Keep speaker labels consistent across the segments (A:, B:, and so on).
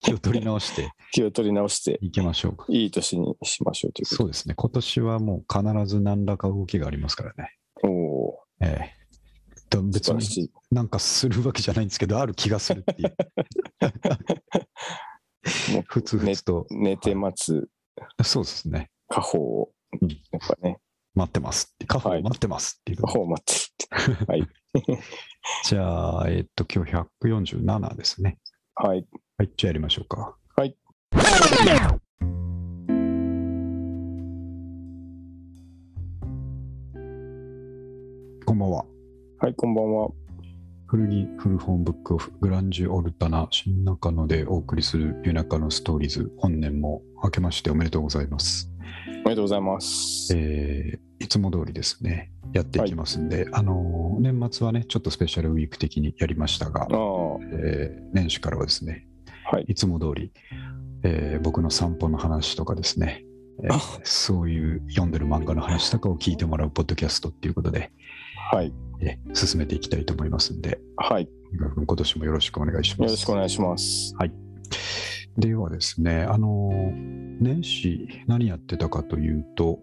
A: 気を取り直して
B: 気を取り直して、
A: いきましょう か。
B: いい年にしましょうというこ
A: そうですね。今年はもう必ず何らか動きがありますからね。
B: と。おお
A: ええ。と
B: ー、素
A: 別
B: 晴ら
A: に
B: しい。
A: なんかするわけじゃないんですけど、ある気がするっていう。
B: ね
A: ふつふつと、
B: 寝て待つ
A: そうですね。
B: 家宝を
A: うん、
B: やっぱね、
A: 待ってますって。カフ
B: は
A: ェ
B: い
A: 待ってますっていう
B: 家。宝を待つって。はい。
A: じゃあ、えっと、今日147ですね。
B: はい。
A: はい、じゃあやりましょうか。
B: はい。
A: こんばんは。
B: はい、こんばんは。
A: 古着古本ブックオフグランジュオルタナ新中野でお送りする夜中のストーリーズ本年も明けましておめでとうございます。
B: おめでとうございます。
A: えーいつも通りですね、やっていきますんで、あのー年末はね、ちょっとスペシャルウィーク的にやりましたが、
B: ああ、は
A: えー年始からはですね、
B: い。
A: いつも通り、えー僕の散歩の話とかですね、えー
B: あ
A: そういう読んでる漫画の話とかを聞いてもらうポッドキャストっていうことで、
B: はい。
A: えー進めていきたいと思いますんで、
B: はい。よ
A: 井川君今年もよろしくお願いしま
B: ろ
A: す。
B: しくお願いします。
A: ではですね、あの年始何やってたかというと、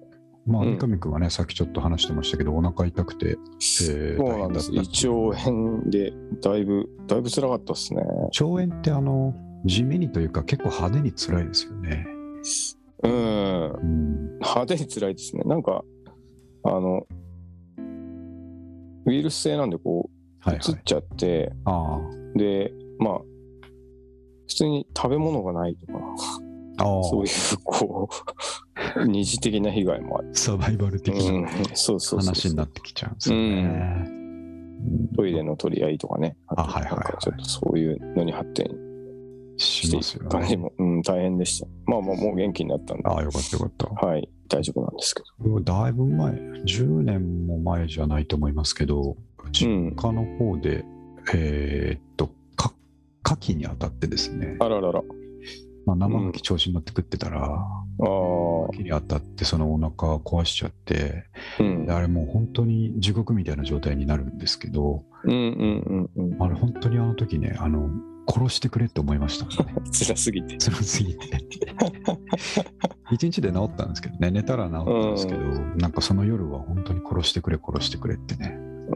A: まあ、
B: うん
A: 三上君はね、さっきちょっと話してましたけど、お腹痛くて、ー
B: そうなんです。
A: 大変だっ
B: 胃
A: た
B: 腸炎で、だいぶ、だいぶ辛かったですね。
A: 腸炎ってあの地味にというか結構派手に辛いですよね。
B: うん。
A: うん、
B: 派手に辛いですね。なんか、あの、ウイルス性なんで、こう、
A: はいは
B: 移っ
A: い。
B: ちゃって、
A: あ
B: で、まあ、普通に食べ物がないとか、
A: あ、ああ
B: そういう、こう、 二次的な被害もある。
A: サバイバル的
B: う、
A: なん
B: そうそうそう
A: 話になってきちゃうんですよね。うん
B: トイレの取り合いとかね。
A: あはいはいはい
B: なんかちょっとそういうのに発展
A: します
B: してい
A: よ
B: く感じ
A: ね。
B: も、うん、大変でした。まあまあ、もう元気になったんで、
A: ああ、よかったよかった。
B: はい、大丈夫なんですけ
A: でもだいぶ前、10年も前じゃないと思いますけど、
B: ど。う
A: 実
B: ん。
A: 家の方で、えーっと、か牡蠣に当たってですね、
B: あららら。あ
A: まあ、生牡蠣調子に乗って食ってたら、
B: あー、
A: 牡蠣に当たってそのお腹壊しちゃって、
B: うん
A: で。あれもう本当に地獄みたいな状態になるんですけど、
B: うんうんうんうん。
A: あれ本当にあの時ね、あの、殺してくれって思いました ね。
B: 辛すぎて。
A: 辛すぎて。 一日で治ったんですけどね、寝たら治ったんですけど、
B: う
A: なんかその夜は本当に殺してくれ、殺してくれってね、
B: うん。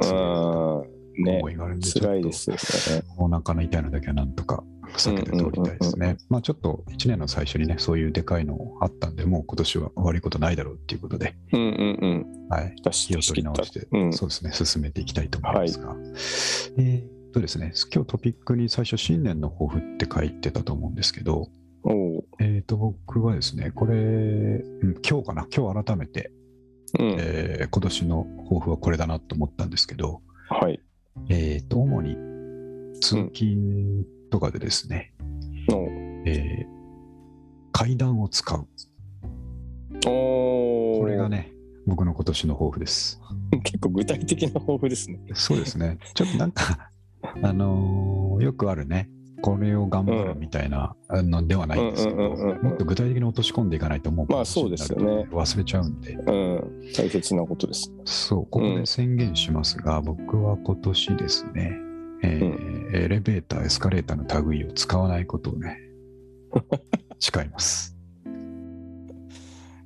B: ね
A: 思。いがあるんで、ちょっと
B: 辛いですよね。
A: お腹の痛いのだけはなんとか避けて通りたいです
B: うんうんうんう
A: ね。まあちょっと1年の最初にね、そういうでかいのあったんで、もう今年は悪いことないだろうっていうことで、
B: うんうんうん。
A: はい、
B: 出し
A: 気を
B: 出し
A: 取り
B: 切っ
A: 直
B: た
A: し。て、
B: うん
A: そうですね、進めていきたいと思いますが、えーっとですね、今日トピックに最初、新年の抱負って書いてたと思うんですけど、
B: おう。
A: えーっと、僕はですね、これ、うん今日かな、今日改めて、
B: うん。
A: えー今年の抱負はこれだなと思ったんですけど、
B: はい。
A: えーっと、主に通勤とかでですね、
B: の。
A: えー階段を使う。
B: おお。
A: これが。ね、僕の今年の抱負です。
B: 結構具体的な抱負ですね。
A: そうですね。ちょっとなんか、 あのーよくあるね、これを頑張るみたいなあのではないんですけど、
B: うんうんうんうん
A: もっと具体的に落とし込んでいかないと、もう、
B: まあそうですよね
A: 忘れちゃうんで、
B: うん。大切なことです。
A: そう、ここで宣言しますが、僕は今年ですね、えーエレベーター、エスカレーターの類を使わないことを ね、誓います。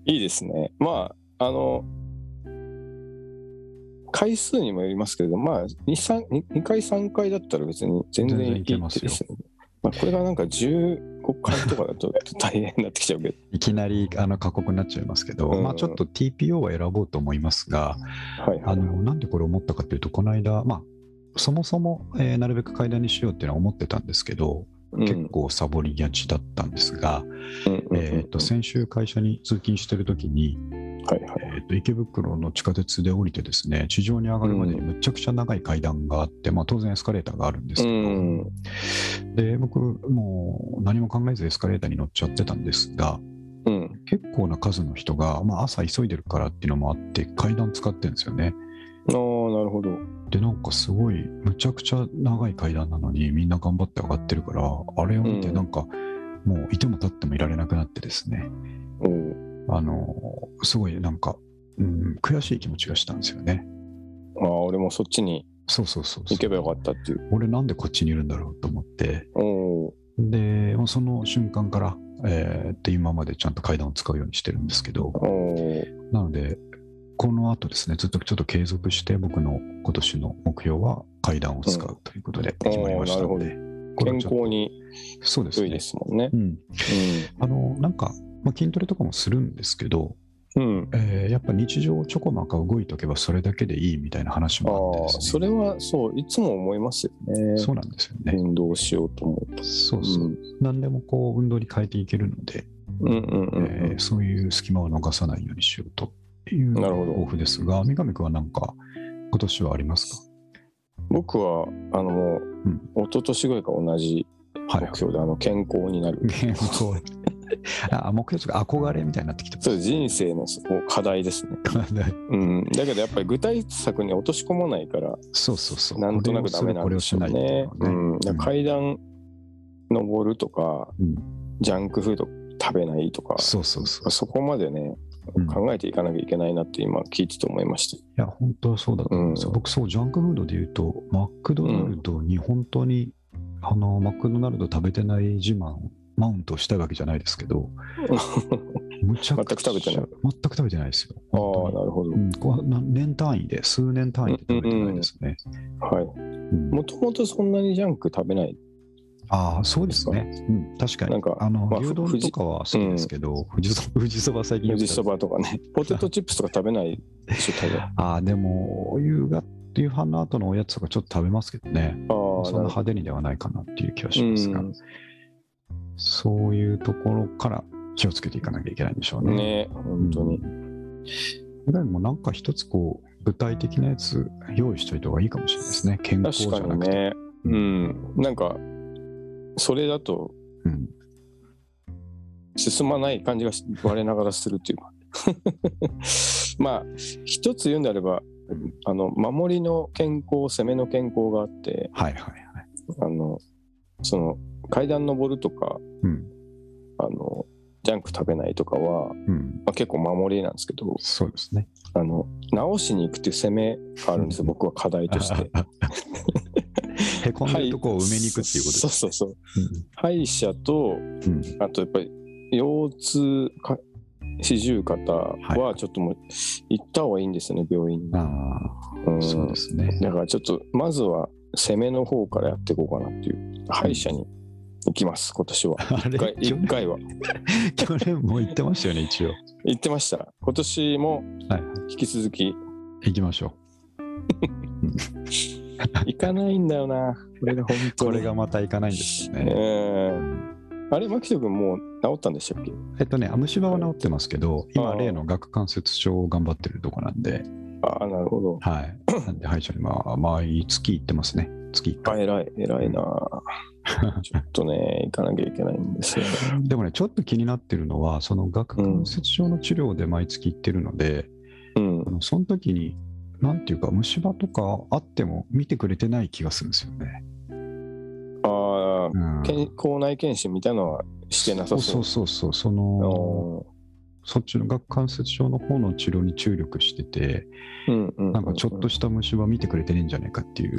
B: いいですね。まあ、あの、回数にもよりますけれど、まあ、2, 三二二回、3回だったら別に全然
A: 全然
B: いい
A: いけますよ
B: ですね。まあ、これがなんか15回とかだと大変になってきちゃうけど、
A: いきなりあの過酷になっちゃいますけど、
B: うん
A: まあ、ちょっと TPO は選ぼうと思いますが、
B: はいは
A: あ
B: い。
A: のなんでこれ思ったかというと、この間、まあ、そもそも、えーなるべく階段にしようっていうのは思ってたんですけど、
B: うん
A: 結構サボりがちだったんですが、
B: うんうんうん
A: えー、と先週、会社に通勤してる時に、
B: はいはい。
A: えーと池袋の地下鉄で降りて、ですね地上に上がるまでにむちゃくちゃ長い階段があって、まあ、当然エスカレーターがあるんです
B: う
A: けど、
B: ん。
A: で僕、もう何も考えずエスカレーターに乗っちゃってたんですが、
B: うん。
A: 結構な数の人が、まあ、朝急いでるからっていうのもあって階段使ってるんですよね
B: ああ、なるほど。
A: でなんかすごいむちゃくちゃ長い階段なのにみんな頑張って上がってるからあれを見て
B: うん
A: なんか、もういても立ってもいられなくなってですね
B: おう
A: あのすごいなんか、うん、悔しい気持ちがしたんですよね
B: ああ、俺もそっちに
A: そうそうそうそ
B: 行
A: う
B: けばよかったっていう。
A: 俺なんでこっちにいるんだろうと思って
B: おう
A: で、まあ、うその瞬間から、えーって今までちゃんと階段を使うようにしてるんですけど、
B: お
A: なので、この後ですね、ずっとちょっと継続して、僕の今年の目標は階段を使うということで決まりましたので、これ
B: 健
A: をちょっと
B: 康に
A: そうです
B: 良い
A: ね
B: で。すもんね。
A: うん、あのなんか、まあ、筋トレとかもするんですけど、
B: うん。うん。
A: えーやっぱ日常ちょこまか動いとけばそれだけでいいみたいな話
B: ああ
A: もあって
B: ー、
A: です
B: そ
A: ね、
B: れはそう、いつも思いますよね。
A: そうなんですよね。
B: 運動しようと思うと。
A: そうそう、何でもこう運動に変えていけるので、
B: うんうんうんうん
A: えーそういう隙間を逃さないようにしようという
B: なるほど
A: 抱負ですが、三上君は何か今年はありますか
B: 僕はあの、
A: ん
B: 一昨年ぐらいから同じ
A: はいはい
B: 目標で、あの健康になる
A: 健康あ目標とか憧れみたいになってきて
B: それ人生のそう課題ですね、
A: ますね
B: うん、だけどやっぱり具体策に落とし込まないから
A: そうそうそう
B: なんとなくダメなん
A: これ
B: で
A: を
B: し
A: す
B: ょう
A: るこれをしない
B: ね
A: っていう
B: う
A: のはね、
B: ん、だから階段登るとか、
A: うん
B: ジャンクフード食べないとか
A: そうそうそう
B: そこまでね
A: うん
B: 考えていかなきゃいけないなって今聞いてて思いまし
A: いや、本当はそうだと思うんですよ。
B: うん
A: 僕、そう、ジャンクフードで言うと、マクドナルドに本当に、あの、マクドナルド食べてない自慢をマウントしたいわけじゃないですけど、むちゃくちゃ
B: 全く食べてない。
A: 全く食べてないですよ。
B: た、
A: 本当
B: ああ
A: に
B: なるほど、
A: うん、こうな年単位で、数年単位で食べてないですね。
B: はい
A: うん
B: もともとそんなにジャンク食べない
A: ああ、そうですね。うん、確かに。
B: なんか
A: あの
B: まあ
A: 牛丼とかは好きですけど、富士そ富士そば最近よ
B: 富
A: く食べ
B: 士
A: て
B: そばとかねポテトチップスとか食べないでしょ多分あ
A: ああ、でも、夕方、夕飯の後のおやつとかちょっと食べますけどね。
B: あ
A: そんな
B: なるほ
A: 派手にではないかなっていう気は
B: ど、う
A: しますが。
B: ん
A: そういうところから気をつけていかなきゃいけないんでしょうね。
B: ね本当に。
A: でもなんか一つこう具体的なやつ用意しといた方がいいかもしれないですね。健康
B: 確
A: じ
B: か
A: ゃな
B: に
A: くて。
B: ね。うん。なんか、それだと
A: うん
B: 進まない感じがし我ながらするっていうか。 まあ、一つ言うんであれば、あの、守りの健康、攻めの健康があって、
A: はいはいはい。
B: あの、その、階段登るとか、
A: うん
B: あの、ジャンク食べないとかは、ま
A: うん、
B: あ、結構守りなんですけど、
A: そうですね。
B: あの、直しに行くっていう攻めがあるんですよ、僕は課題として。
A: へこんでるとこを埋めに行くっていうことで
B: そうそうそう。
A: す
B: 歯医者と、
A: ね。
B: あとやっぱり腰痛か四十肩はちょっともう行った方がいいんですよね病院に
A: うん、、あ
B: う
A: あ、
B: ん
A: そうですね。
B: だからちょっとまずは攻めの方からやっていこうかなっていう歯医者に行きます今年は
A: あ
B: 一
A: れ
B: 回
A: 去
B: 一
A: 年、
B: 回は
A: 去年も言ってましたよね、一応。
B: 行ってました今年も
A: はい
B: 引き続き
A: 行きましょ
B: 行かないんだよなこれが本
A: う。
B: 当
A: こ
B: に
A: れがまた行かないんですよ
B: え
A: ね。
B: ーあれ牧人君もう治ったんでしたっけ
A: えっとね、あ虫歯は治ってますけど、
B: あ
A: 今、
B: ー
A: 例の顎関節症を頑張ってるとこなんで、
B: ああなるほど
A: はい。なんで、歯医者に、まあ、毎月行ってますね。月1
B: あ
A: 回。
B: 偉い 偉いなちょっとね行かなきゃいけないんですよね
A: でもね、ちょっと気になってるのは、その顎関節症の治療で毎月行ってるので、
B: うん
A: あのその時に、なんていうか、虫歯とかあっても見てくれてない気がするんですよね。
B: ああ、
A: うん、
B: 健口内検診みたいなのはしてなさそ。
A: そううそうそうそう、その、そっちの顎関節症の方の治療に注力してて、
B: あーうんうん、
A: なんかちょっとした虫歯見てくれてねえんじゃないかっていう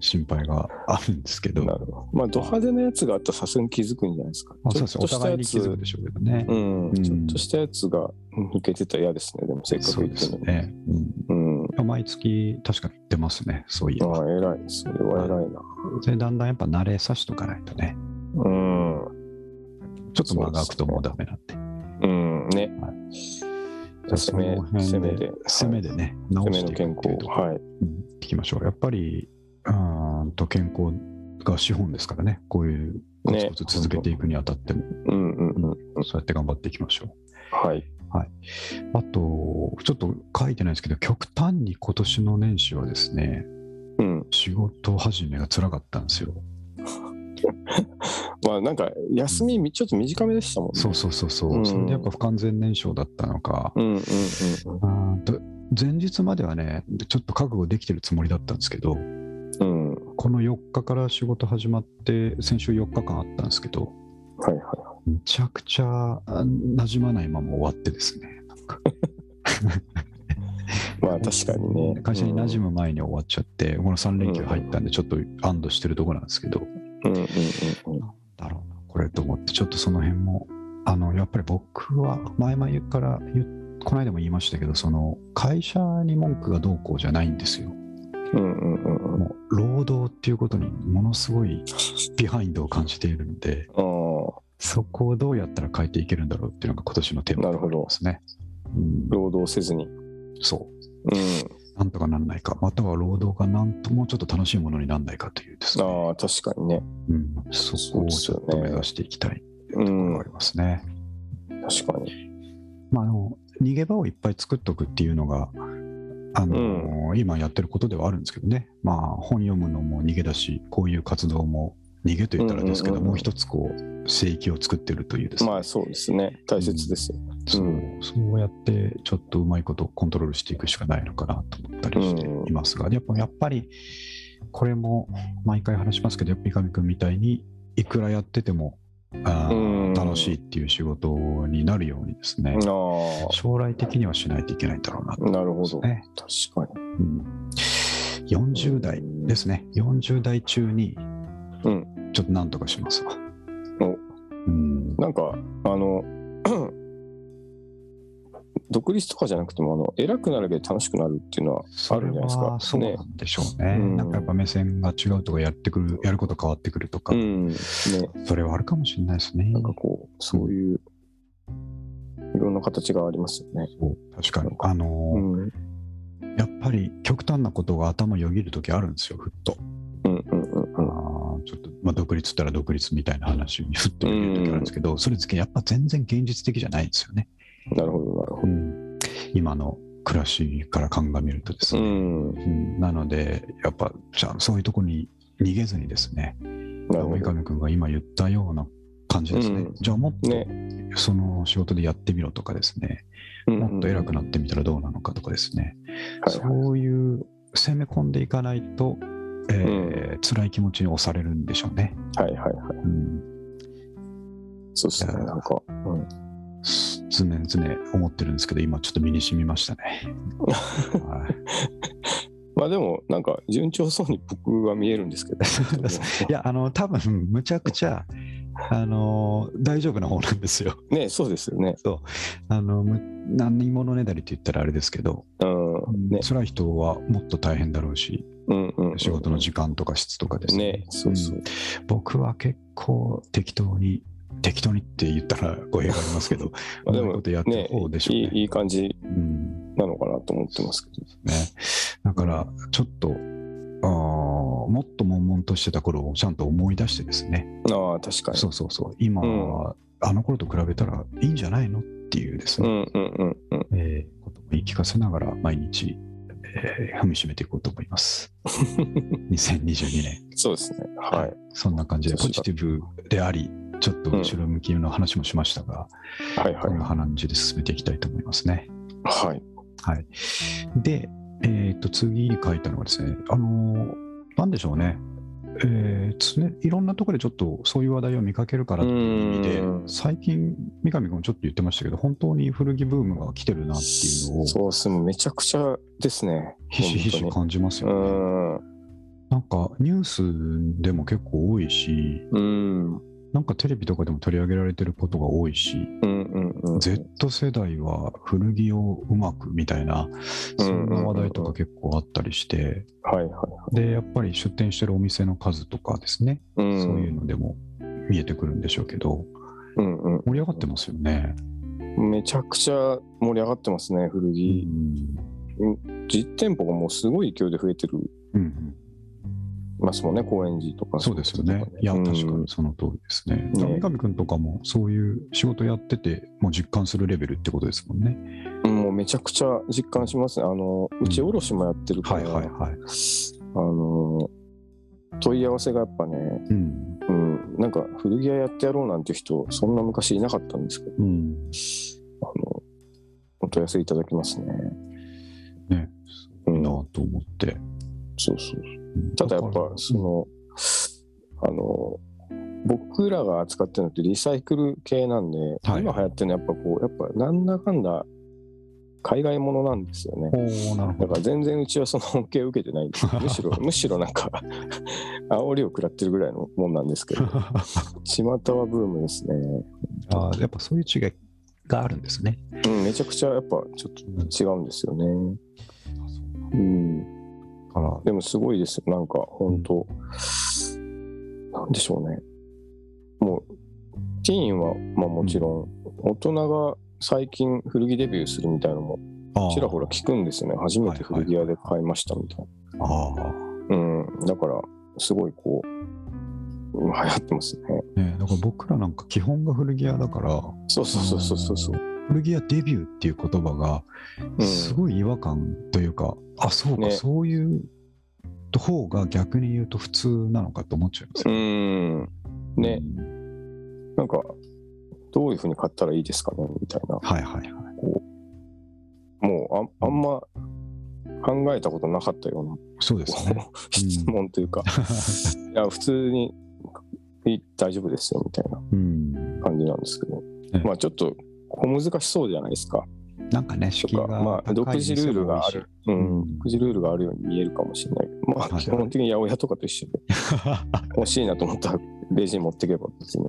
A: 心配があるんですけど、
B: なるほど。まあ、ド派手なやつがあったらさすがに気づくんじゃないですか。
A: まあ、そうですね、お
B: ちょっとした
A: 互い
B: や
A: に
B: つ、
A: 気づくでしょうけどね。
B: うん、
A: うん
B: ちょっとしたやつが抜けてたら嫌ですね、でもせっか
A: そう
B: く行
A: で
B: って
A: す
B: るのに。
A: ね。うん
B: うん。
A: 毎月確かに行ってますね、そういえ
B: あ
A: ば。
B: あ、偉い。それは偉いな。
A: で、だんだんやっぱ慣れさしとかないとね、
B: うん。
A: ちょっと間が空くともうダメなんで。
B: うん。ね。
A: は
B: じゃあ攻め
A: その辺
B: 攻めで
A: 攻めでね、
B: 攻
A: 直
B: め
A: し
B: の
A: ていく
B: 健
A: っていう
B: 康。
A: ところ、
B: はい。
A: うんいきましょう。やっぱり、うーんと健康が資本ですからね、こういうコツコツ続けていくにあたっても、
B: うんうんうん。
A: そうやって頑張っていきましょ
B: はい。
A: う。あと、ちょっと書いてないですけど、極端に今年の年始はですね、
B: うん。
A: 仕事始めが辛かったんですよ。
B: まあ、なんか、休みみ、ちょっと短めでしたもんね。
A: そうそうそうそう、
B: うん
A: それでやっぱ不完全燃焼だったのか、
B: うんうんうん
A: あーと前日まではね、ちょっと覚悟できてるつもりだったんですけど、
B: うん。うん。
A: この4日から仕事始まって、先週4日間あったんですけど、
B: はいは
A: めちゃくちゃあ馴染まないまま終わってですね、なんか
B: い。まあ、確かにね。
A: 会社に馴
B: む
A: 染む前に終わっちゃって、この3連休入ったんで、ちょっと安堵してるところなんですけど、
B: うんうんうんうん
A: だろうな、これ、ると思って、ちょっとその辺も、あの、やっぱり僕は前々から言っこの間も言いましたけど、その会社に文句がどうこうじゃないんですよ。
B: うんうんうんうん。
A: もう労働っていうことにものすごいビハインドを感じているので、
B: ああ、
A: そこをどうやったら変えていけるんだろうっていうのが今年のテーマ
B: なるほ
A: で。
B: ど
A: すね。うん、
B: 労働せずに。
A: そう。
B: う
A: なんとかなんないか、または労働がなんともうちょっと楽しいものになんないかというですね。
B: ん。ああ、確かにね。
A: うん、そこをちょっと目指していきたいというところがありますね。
B: 確かに。
A: まあ、あの逃げ場をいっぱい作っとくっていうのが、あの今やってることではあるんですけどね、まあ、本読むのも逃げだし、こういう活動も逃げと言ったらですけど、
B: うんうんうん
A: も
B: うん
A: う一つこう、聖域を作ってるというですね、
B: まあそうですね。大切ですよ。
A: そううんそうやってちょっとうまいことコントロールしていくしかないのかなと思ったりしていますが、やっぱやっぱりこれも毎回話しますけど、やっぱり三上君みたいにいくらやっててもあー
B: うん
A: 楽しいっていう仕事になるようにですね、
B: あ
A: 将来的にはしないといけないんだろうなと
B: あ、なるほ
A: 思
B: ど
A: います。ね。
B: 確かに。
A: うん、40代ですね、40代中に
B: ん
A: ちょっとなんとかしますわ。
B: お
A: うん
B: なんか、あの、 独立とかじゃなくても、あの、偉くなるだけで楽しくなるっていうのはあ
A: そ
B: る
A: れ
B: んじゃないです
A: は
B: か。
A: そうな
B: ね。
A: んでしょうね。
B: うん
A: なんかやっぱ目線が違うとかやってくる、やること変わってくるとか、
B: うん。ね。
A: それはあるかもしれないですね。
B: なんかこう、そういう、いろんな形がありますよね。
A: 確かに
B: なん。か
A: あの
B: う
A: ー
B: ん。うん
A: やっぱり極端なことが頭よぎるときあるんですよ、ふっと。
B: うんう
A: あ
B: んうん。
A: ーちょっと、まあ、独立ったら独立みたいな話にふっとよぎるときあるんですけど、それつけやっぱ全然現実的じゃないんですよね。
B: なるほど、なるほ
A: うん今の暮らしから鑑みるとです
B: ど。う
A: ね。
B: ん。
A: うんなので、やっぱじゃあそういうとこに逃げずにですね、
B: なるほ
A: 三
B: ど。
A: 上君が今言ったような感じですね。
B: うん
A: じゃあもっと
B: ね。
A: その仕事でやってみろとかですね、もっと偉くな
B: っ
A: ってみたらどうなのかとかですね、
B: はいはい
A: そういう攻め込んでいかないと、えー辛い気持ちに押されるんでしょうね。
B: はいはいはい。
A: うん、
B: そうですね。
A: だから
B: なんか、うん。
A: 常々思ってるんですけど、今ちょっと身に染みましたね。はい
B: まあでも、なんか、順調そうに僕は見えるんですけど。
A: うで いや、あの、多分むちゃくちゃ、あの大丈夫な方なんですよ。
B: ね、そうですよね。
A: あのむ何者ねだりって言ったらあれですけど、
B: うん。ね。
A: 辛い人はもっと大変だろうし、
B: うんうん、うん。
A: 仕事の時間とか質とかです
B: ね。そうそう。
A: 僕は結構適当に適当にって言ったら語弊がありますけど
B: まあで
A: うまい
B: も
A: ことやっ、
B: ね
A: た方でしょう
B: い
A: ね
B: い、いい感じ
A: うん
B: なのかなと思ってますけど。
A: ね、だからちょっとあーもっと悶々としてた頃をちゃんと思い出してですね、
B: ああ、確かに。
A: そうそうそう今は、あの頃と比べたらいいんじゃないのっていうです
B: う
A: ね、
B: んうんうんうん。
A: えーことも言い聞かせながら毎日、えー踏みしめていこうと思います 2022年
B: そうですね。はい。
A: そんな感じでポジティブでありちょっと後ろ向きの話もしましたが、
B: はいは
A: この
B: い。
A: 話で進めていきたいと思いますね。
B: はい。
A: はい、で、えー、と次に書いたのはですね、あのーなんでしょうね、えーつね、いろんなところでちょっとそういう話題を見かけるからっていう意味で
B: う、ん
A: 最近、三上君もちょっと言ってましたけど、本当に古着ブームが来てるなっていうのを、
B: そうですね。めちゃくちゃですね。
A: ひしひし
B: 本
A: 感じます
B: 当にう
A: よね。
B: ん。
A: なんかニュースでも結構多いし、
B: うん。
A: なんかテレビとかでも取り上げられてることが多いし、
B: うんうんうん。
A: Z 世代は古着をうまくみたいな、そんな話題とか結構あったりして、
B: はいは
A: で、やっぱり出店してるお店の数とかですね、
B: い。うん。
A: そういうのでも見えてくるんでしょうけど、
B: うんうん。
A: 盛り上がってますよね。
B: めちゃくちゃ盛り上がってますね、古
A: う
B: 着。
A: ん。
B: 実店舗がもうすごい勢いで増えてる
A: うん、
B: ますもんね、高円寺とか。
A: そうですよね。いや、
B: うん
A: 確かにその通りですね。だから
B: ね
A: 三上君とかもそういう仕事やってて、もう実感するレベルってことですもんね。
B: もうめちゃくちゃ実感しますね。あの、うち卸もやってるから、
A: はい。
B: あの、問い合わせがやっぱね、
A: うん。
B: うん、なんか古着屋やってやろうなんて人、そんな昔いなかったんですけど、
A: うん。
B: あの、お問い合わせいただきますね。
A: ね、
B: う
A: いい
B: ん
A: な、と思って。
B: そうそう。
A: うん
B: ただやっ
A: だか
B: ぱ
A: ら
B: そのあの僕らが扱ってるのってリサイクル系なんで、
A: はい
B: 今流行ってるのはやっぱこうやっぱなんだかんだ海外ものなんですよね。
A: おおなるほ
B: だ
A: ど。
B: から全然うちはその恩恵を受けてないんですむしろむしろなんか 煽りを食らってるぐらいのもんなんですけ ど巷はブームですね、
A: あーやっぱそういう違いがあるんですね。
B: うん、めちゃくちゃやっぱちょっと違うんですよね、うん、
A: だから、
B: でもすごいですよなんか本当、なんでしょうねもうティーンはまあもちろん大人が最近古着デビューするみたいなのも
A: あー
B: ちらほら聞くんですよね初めて古着屋で買いましたみたいな
A: あ
B: うん、だからすごいこううん流行ってますね。
A: あ、ね、だから僕らなんか基本が古着屋だから、
B: そうそうそうそうそうそう。
A: 古着屋デビューっていう言葉が
B: うん
A: すごい違和感というか、あそうか、
B: ね
A: そういう方が逆に言うと普通なのかと思っちゃいます
B: う
A: よ
B: ん。ね、
A: うん
B: なんかどういうふうに買ったらいいですかねみたいな。
A: はいはいはい
B: もうああんま考えたことなかったような
A: そうです ね
B: 質問という か、いや普通にい大丈夫ですよみたいな
A: うん
B: 感じなんですけど、
A: ええ
B: まあちょっと小難しそうじゃないですか。
A: なんかね
B: と
A: 敷居
B: か
A: が
B: まあ独
A: 高い
B: 自ルールがあ
A: 店も
B: る、う
A: う
B: ん
A: ん
B: 独自ルールがあるように見えるかもしれないけど、ま
A: は
B: あ、
A: い
B: 基本的に八百屋とかと一緒で
A: 多いし
B: 欲しいなと思ったらレジに持ってけば別に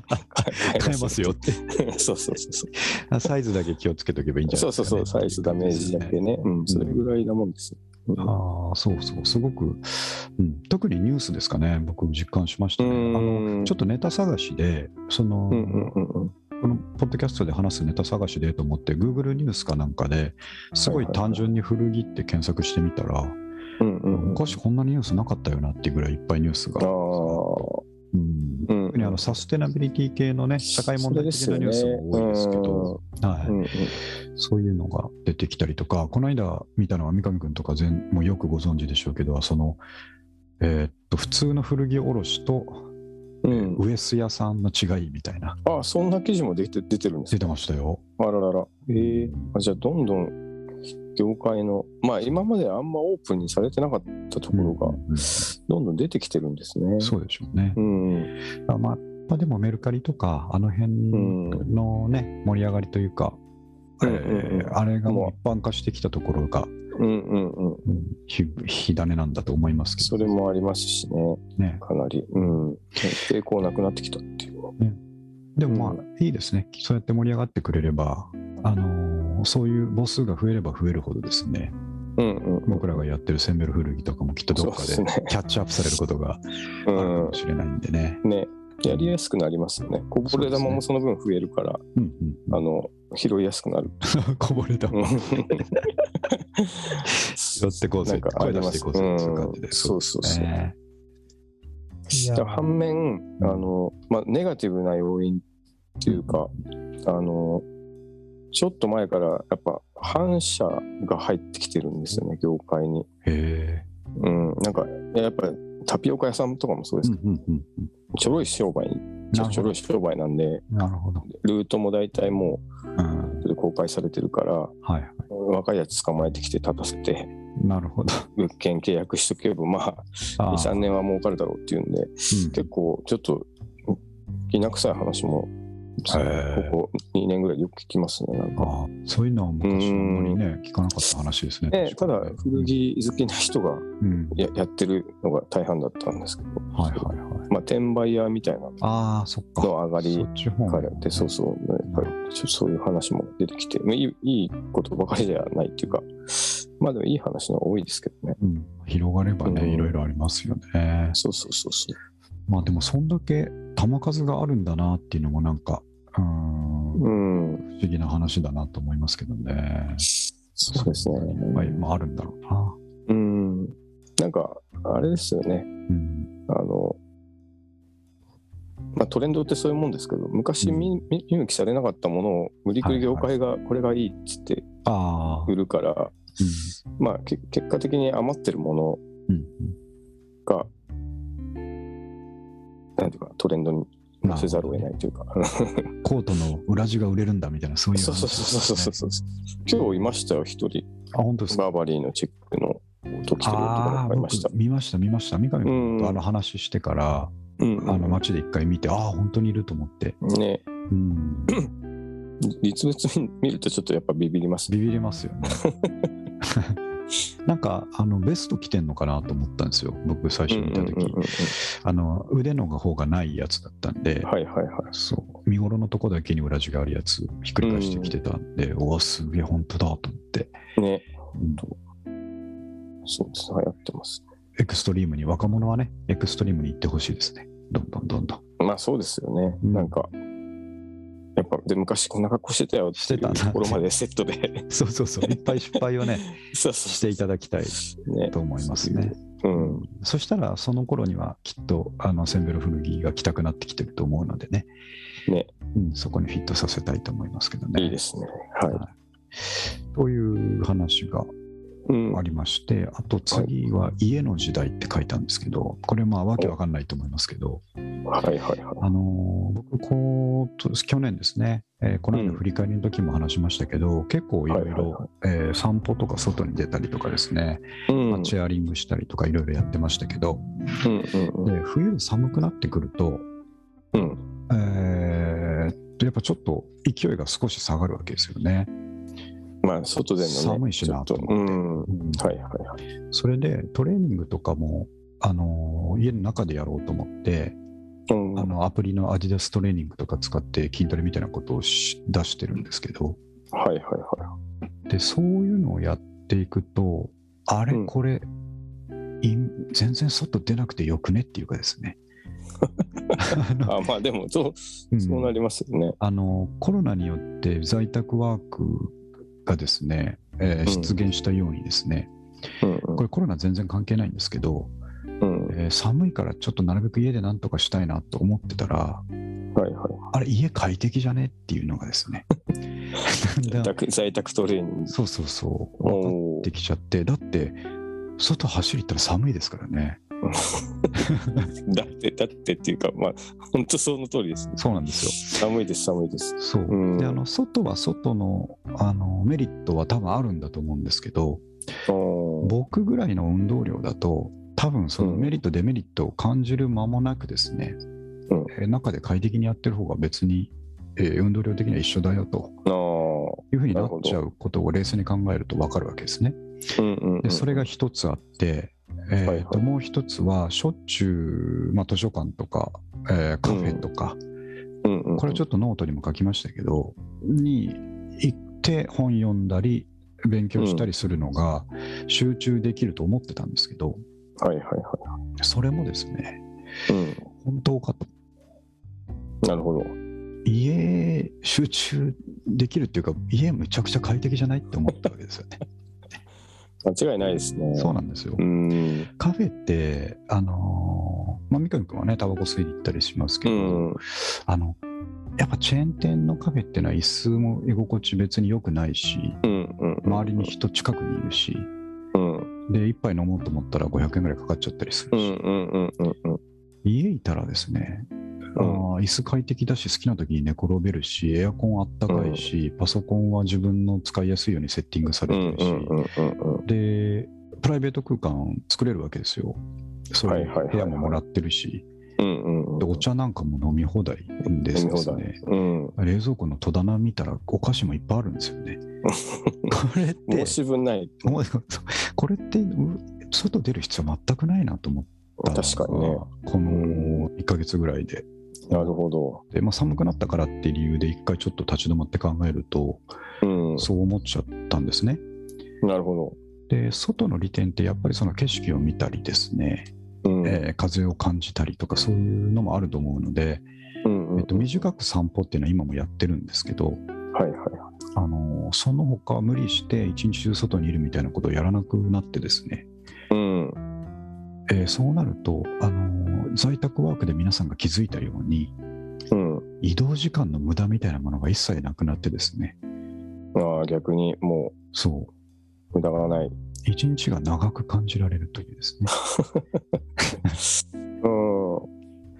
A: 買えますよって
B: そうそうそうそう
A: サイズだけ気をつけとけばいいんじゃない
B: そう
A: です
B: そ
A: か
B: うそうサイズダメージだけね、うん、それぐらいなもんですよ、うん
A: ああそうそうすごく、うん、特にニュースですかね僕実感しましたねあ
B: う
A: の
B: ん
A: ちょっとネタ探しでその、
B: うんうんうんうん
A: このポッドキャストで話すネタ探しでと思って Google ニュースかなんかですごい単純に古着って検索してみたら
B: うんうんうんあ
A: 昔こんなにニュースなかったよなっていうぐらいいっぱいニュースが
B: あ、ー
A: うん、
B: うん
A: 特にあのサステナビリティ系のね社会問題的なニュースも多いですけどはい
B: うんうん
A: そういうのが出てきたりとか、この間見たのは三上君とか全もうよくご存知でしょうけど、その、えーっと、普通の古着卸と
B: うん
A: ウエス屋さんの違いみたいな、
B: あそんな記事も出て出てるんです
A: 出
B: か
A: てましたよ。
B: あらららえー、あじゃあどんどん業界のまあ今まであんまオープンにされてなかったところが、
A: うん
B: どんどん出てきてるんですね
A: そうでしょうね。
B: うん
A: あまあ、まあでもメルカリとか、あの辺のね、盛り上がりというか、え
B: うんうんうん
A: ーあれがもう一般化してきたところが、
B: うんうんうん
A: うんひ火種なんだと思いますけ
B: そ
A: ど、
B: れもありますしね
A: ね、
B: かなり、うん、抵抗なくなってきたっていう。
A: でもまあ、
B: う
A: いいですね。そうやって盛り上がってくれれば、あのーそういう母数が増えれば増えるほどですね、
B: うんうん、
A: 僕らがやってるセンベル古着とかもきっとどっかで
B: そうですね
A: キャッチアップされることがあるか
B: う
A: もしれないんでね。
B: ん、ね、やりやすくなりますよね。こぼれ玉もその分増えるから、
A: うんうん
B: あの、拾いやすく なる。
A: こぼれたもん。拾ってこう
B: な
A: ぜ
B: ん、かあ
A: 声
B: り
A: 出し
B: ま
A: て
B: す
A: こうぜっていう感じ
B: う
A: で。
B: んそうそう
A: です
B: そう。
A: ね。いや
B: だから反面、あの、まあ、ネガティブな要因っていうか、あの、ちょっと前からやっぱ反射が入ってきてるんですよね、業界に。
A: へ
B: うん、なんかやっぱタピオカ屋さんとかもそうで
A: え。
B: す
A: う
B: け
A: んうんうんうん
B: ど、ちょろい商売ち
A: な
B: ょ
A: る
B: ち
A: ほ
B: ょろ
A: ど
B: い。商売なんで
A: なるほど。
B: ルートも大体も
A: うん
B: う公開されてるから
A: はいは
B: 若いやつ捕まえてきて立たせて
A: い。なるほど。
B: 物件契約しとけばまあ
A: あー
B: 23年は儲かるだろうっていうんで
A: うん
B: 結構ちょっときな臭い話も
A: ー
B: ここ2年ぐらいでよく聞きますねなんか。
A: あーそういうのは昔あんまりね、聞かなかった話ですね。
B: え
A: 確
B: た
A: か
B: だ
A: にね
B: 古、着好きな人
A: う
B: が
A: ん
B: ややってるのが大半だったんですけど、
A: はいはいはい。
B: まあ、転売屋みたいなの
A: ああ、そっか。
B: 上がり
A: そっち方
B: から
A: 面
B: でそうそうやっぱりちょそういう話も出てきて、まあ、いいいいことばかりじゃないっていうかまあでもいい話の方が多いですけどね
A: うん、広がれば
B: う
A: ね、
B: ん
A: いろいろありますよね。
B: そうそうそうそう
A: まあでも、そんだけ球数があるんだなっていうのも、なんか、うーん、不
B: うん
A: 思議な話だなと思いますけどね。
B: そうですね
A: はい、まああるんだろうな。
B: うんなんかあれですよね
A: うん、
B: あのまあトレンドってそういうもんですけど昔見見見向きされなかったものを無理くり業界がこれがいいっつって
A: ああ、
B: 売るから、まあけ結果的に余ってるもの
A: うん、うん、
B: が、なんていうか、トレンドに乗せざるを得ないというか、
A: うん。コートの裏地が売れるんだみたいな、そういう話
B: そうそうそうそうそうそう。今日いましたよ、一人、
A: う。あ、本当ですか。
B: バーバリーのチェックの音着てる
A: あ
B: 男
A: あ
B: がいました
A: ー、。僕見ました、見ました。三上君
B: うん
A: とあの話してから、
B: うん、
A: あの街で一回見て、ああ、本当にいると思って。
B: ね、
A: うん、
B: 実物見見るとちょっとやっぱビビりますね
A: ビビりますよね。 なんかあのベスト着てんのかなと思ったんですよ僕最初見た時、
B: うんうんうんうん
A: あの腕の方がないやつだったんで、
B: はいはいはい
A: そう見頃のとこだけに裏地があるやつひっくり返してきてたんで、おおすげえ本当だと思って、
B: ね、
A: うん
B: そうです、流行ってます。
A: エクストリームに若者はねエクストリームに行ってほしいですねどんどんどんどん
B: まあそうですよね、
A: うん
B: なんか、やっぱで昔こんな格好してたよっ
A: して
B: い
A: てた
B: う
A: な
B: ところまでセットで、
A: そうそうそういっぱい失敗をね
B: そうそう
A: していただきたい
B: ね
A: と思いますね。
B: うん、
A: そしたらその頃にはきっとあのセンベロ古着が着たくなってきてると思うのでね
B: ね
A: うん、そこにフィットさせたいと思いますけどね。
B: いいですね。はい。
A: という話が
B: うん
A: あ、りまして、あと次は「家の時代」って書いたんですけどこれまあわけわかんないと思いますけど、
B: はいはいは
A: あのー僕こうと去年ですね、えーこの間
B: うん
A: 振り返りの時も話しましたけど、結構いろい
B: はいはいは
A: ろえー散歩とか外に出たりとかですね、
B: い。うん、
A: まあチェアリングしたりとかいろいろやってましたけど、
B: うんうんうん
A: で冬寒くなってくると,、
B: うん。
A: えーっとやっぱちょっと勢いが少し下がるわけですよね。
B: まあ外でのね、
A: 寒いしな
B: ちょっと、うん、は
A: うん
B: いはいはい。
A: それでトレーニングとかも、あのー家の中でやろうと思って、
B: うん、
A: あのアプリのアディダストレーニングとか使って筋トレみたいなことをし出してるんですけど
B: はいはいは
A: でそういうのをやっていくとあれ
B: うん
A: これ、い全然外出なくてよくねっていうかです ねあの
B: い。あ、まあでもそう
A: うん
B: そうなりますよね。
A: あのコロナによって在宅ワークがですね、えー
B: うん
A: 出現したようにですね、
B: うん
A: これコロナ全然関係ないんですけど、
B: うんうん。
A: えー寒いからちょっとなるべく家でなんとかしたいなと思ってたら
B: はいは
A: あれ家快適じゃねっていうのがです ねだんだん
B: い。宅在宅トレーニング。
A: そうそうそう分か
B: お
A: っ
B: ー
A: てきちゃってだって外走り行ったら寒いですからね
B: だってだってっていうかまあ 本当その通りですね。
A: そうなんですよ
B: 寒いです寒いです。
A: そう、
B: うん
A: であの外は外のあのメリットは多分あるんだと思うんですけど、
B: うん
A: 僕ぐらいの運動量だと多分そのメリットデメリットを感じる間もなくですね、
B: うん
A: えー中で快適にやってる方が別に、えー運動量的には一緒だよと
B: あー
A: いうふうに
B: な
A: な
B: る
A: っ
B: ほど
A: ちゃうことを冷静に考えると分かるわけですね。
B: うんうんう
A: で
B: ん
A: それが一つあって、えー
B: はいはい
A: ともう一つはしょっちゅう、まあ、図書館とか、えーカフェとか、
B: うんうんうん
A: これちょっとノートにも書きましたけどに行って本読んだり勉強したりするのが集中できると思ってたんですけど、
B: はいはいは
A: それもですね、
B: い。うん。
A: 本当かと。
B: なるほど。
A: 家、集中できるっていうか、家むちゃくちゃ快適じゃないって思ったわけですよ ね。
B: 間違いないですね。
A: そうなんですよ
B: う。ん。
A: カフェって、あのーまあ、三上君はね、タバコ吸いに行ったりしますけ
B: う
A: ど、
B: ん。
A: あの、やっぱチェーン店のカフェっていうのは椅子も居心地別に良くないし、
B: うんうん。
A: 周りに。人近くにいるし、
B: うん
A: で、一杯飲もうと思ったら500円ぐらいかかっちゃったりす
B: う
A: るし、
B: んうんうんうんうん。
A: 家いたらですね、あー椅子快適だし好きな時に寝転べるしエアコンあったかいし、パソコンは自分の使いやすいようにセッティングさ
B: う
A: れ
B: ん
A: てるし、
B: うんうんうん
A: でプライベート空間作れるわけですよそう
B: はいいはいはいは
A: う
B: い
A: 部屋ももらってるし、
B: うんうん
A: でお茶なんかも飲み放題ですです
B: 飲み
A: ね
B: うん。
A: 冷蔵庫の戸棚見たらお菓子もいっぱいあるんですよ ねこれって
B: 申し分ない。
A: もうこれってう外出る必要全くないなと思ったのが
B: 確かにね。
A: この1ヶ月ぐらいで
B: なるほど。
A: で、まあ、寒くなったからっていう理由で一回ちょっと立ち止まって考えると
B: うん。
A: そう思っちゃったんですね。
B: なるほ
A: で外の利点ってやっぱりその景色を見たりですね、
B: ど。うん。
A: えー風を感じたりとかそういうのもあると思うので、
B: うんうん
A: えっと、短く散歩っていうのは今もやってるんですけど、
B: はいは
A: あのーその他無理して一日中外にいるみたいなことをやらなくなってですね、
B: い。うん。
A: えーそうなると、あのー在宅ワークで皆さんが気づいたように
B: うん。
A: 移動時間の無駄みたいなものが一切なくなってですね
B: ああ、逆にも
A: そう
B: う無駄がない。
A: 一日が長く感じられるという ですね。
B: うん。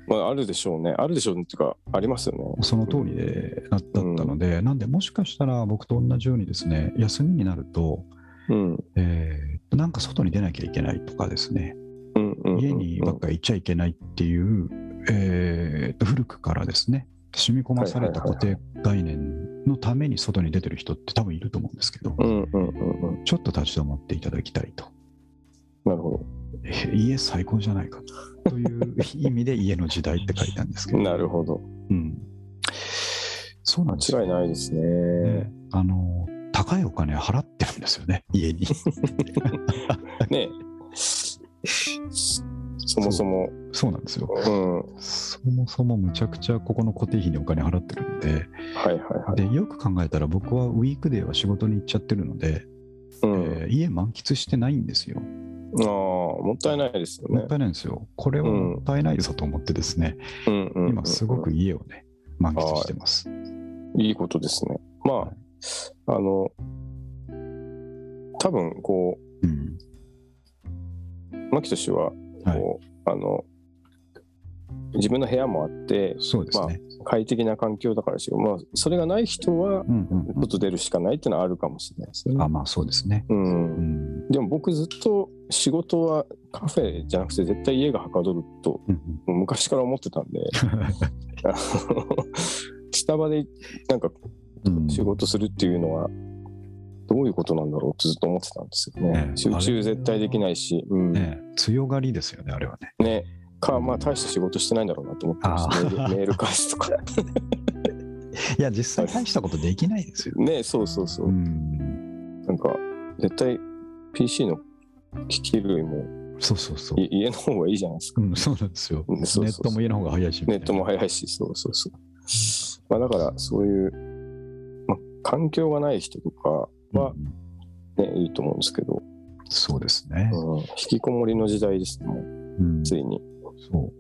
B: まあ、あるでしょうね。あるでしょうね。っていうか、ありますよね。
A: その通りでなだったので、なんでもしかしたら僕と同じようにですね、休みになると、
B: うん。
A: えーなんか外に出なきゃいけないとかですね、
B: うんうんうん。
A: 家にばっかりいちゃいけないっていう、えーと古くからですね、染み込まされた固定概念のために外に出てる人って多分いると思うんですけど、
B: うんうんうんうん。
A: ちょっと立ち止まっていただきたいと。
B: なるほ
A: え家最高じゃないかという意味で家の時代って書いたんですけ
B: ど。
A: ど、
B: なるほど。
A: うん、そうなんですよ
B: 間違いないですね。
A: ねあの高いお金払ってるんですよね家に
B: ねそもそも。
A: そうなんですよ
B: うん。は
A: そもそもむちゃくちゃここの固定費にお金払ってるんで
B: いはいはい。
A: でよく考えたら僕はウィークデーは仕事に行っちゃってるので、
B: うん。
A: えー家満喫してないんですよ
B: ああ、もったいないですよ
A: もっ
B: ね。
A: たいないんですよこれはもったいないぞと思ってですね、
B: うんうんうん
A: 今すごく家をね満喫してます、
B: いいことですね。まあ、あの、多分こ
A: うん
B: う、牧俊は、
A: はい、
B: こう、あの、自分の部屋もあって、
A: そうですね、
B: 快適な環境だからし、まあ、それがない人は、
A: うんうんうん
B: 外出るしかないっていうのはあるかもしれないですね
A: あ。まあそうですね、
B: う、
A: うんん
B: でも僕ずっと仕事はカフェじゃなくて絶対家がはかどると
A: うんうん
B: もう昔から思ってた んであのスタバでなんか
A: うん
B: 仕事するっていうのはどういうことなんだろうってずっと思ってたんですよね
A: ねえ
B: 集中絶対できないし、うんね
A: ね強がりですよねあれはね
B: かまあ大した仕事してないんだろうなと思ってましたメー
A: あー
B: ルメール返すと か
A: いや実際大したことできないですよ、、
B: ねそうそうそううんなんか絶対 PC の機器類も
A: そうそうそう、
B: い家の方がいいじゃないですか
A: うん、そうなんですよ
B: うんそうそう
A: ネ
B: そ
A: ッ
B: う
A: トも家の方が早いしみた
B: ネ
A: いな
B: ットも早いし、そうそうそう。まあ、だから、そういう、まあ、環境がない人とかは
A: う、ん
B: ね、いいと思うんですけど、
A: そうですね、
B: うん、引きこもりの時代ですね、もう、
A: うん
B: ついに。
A: そ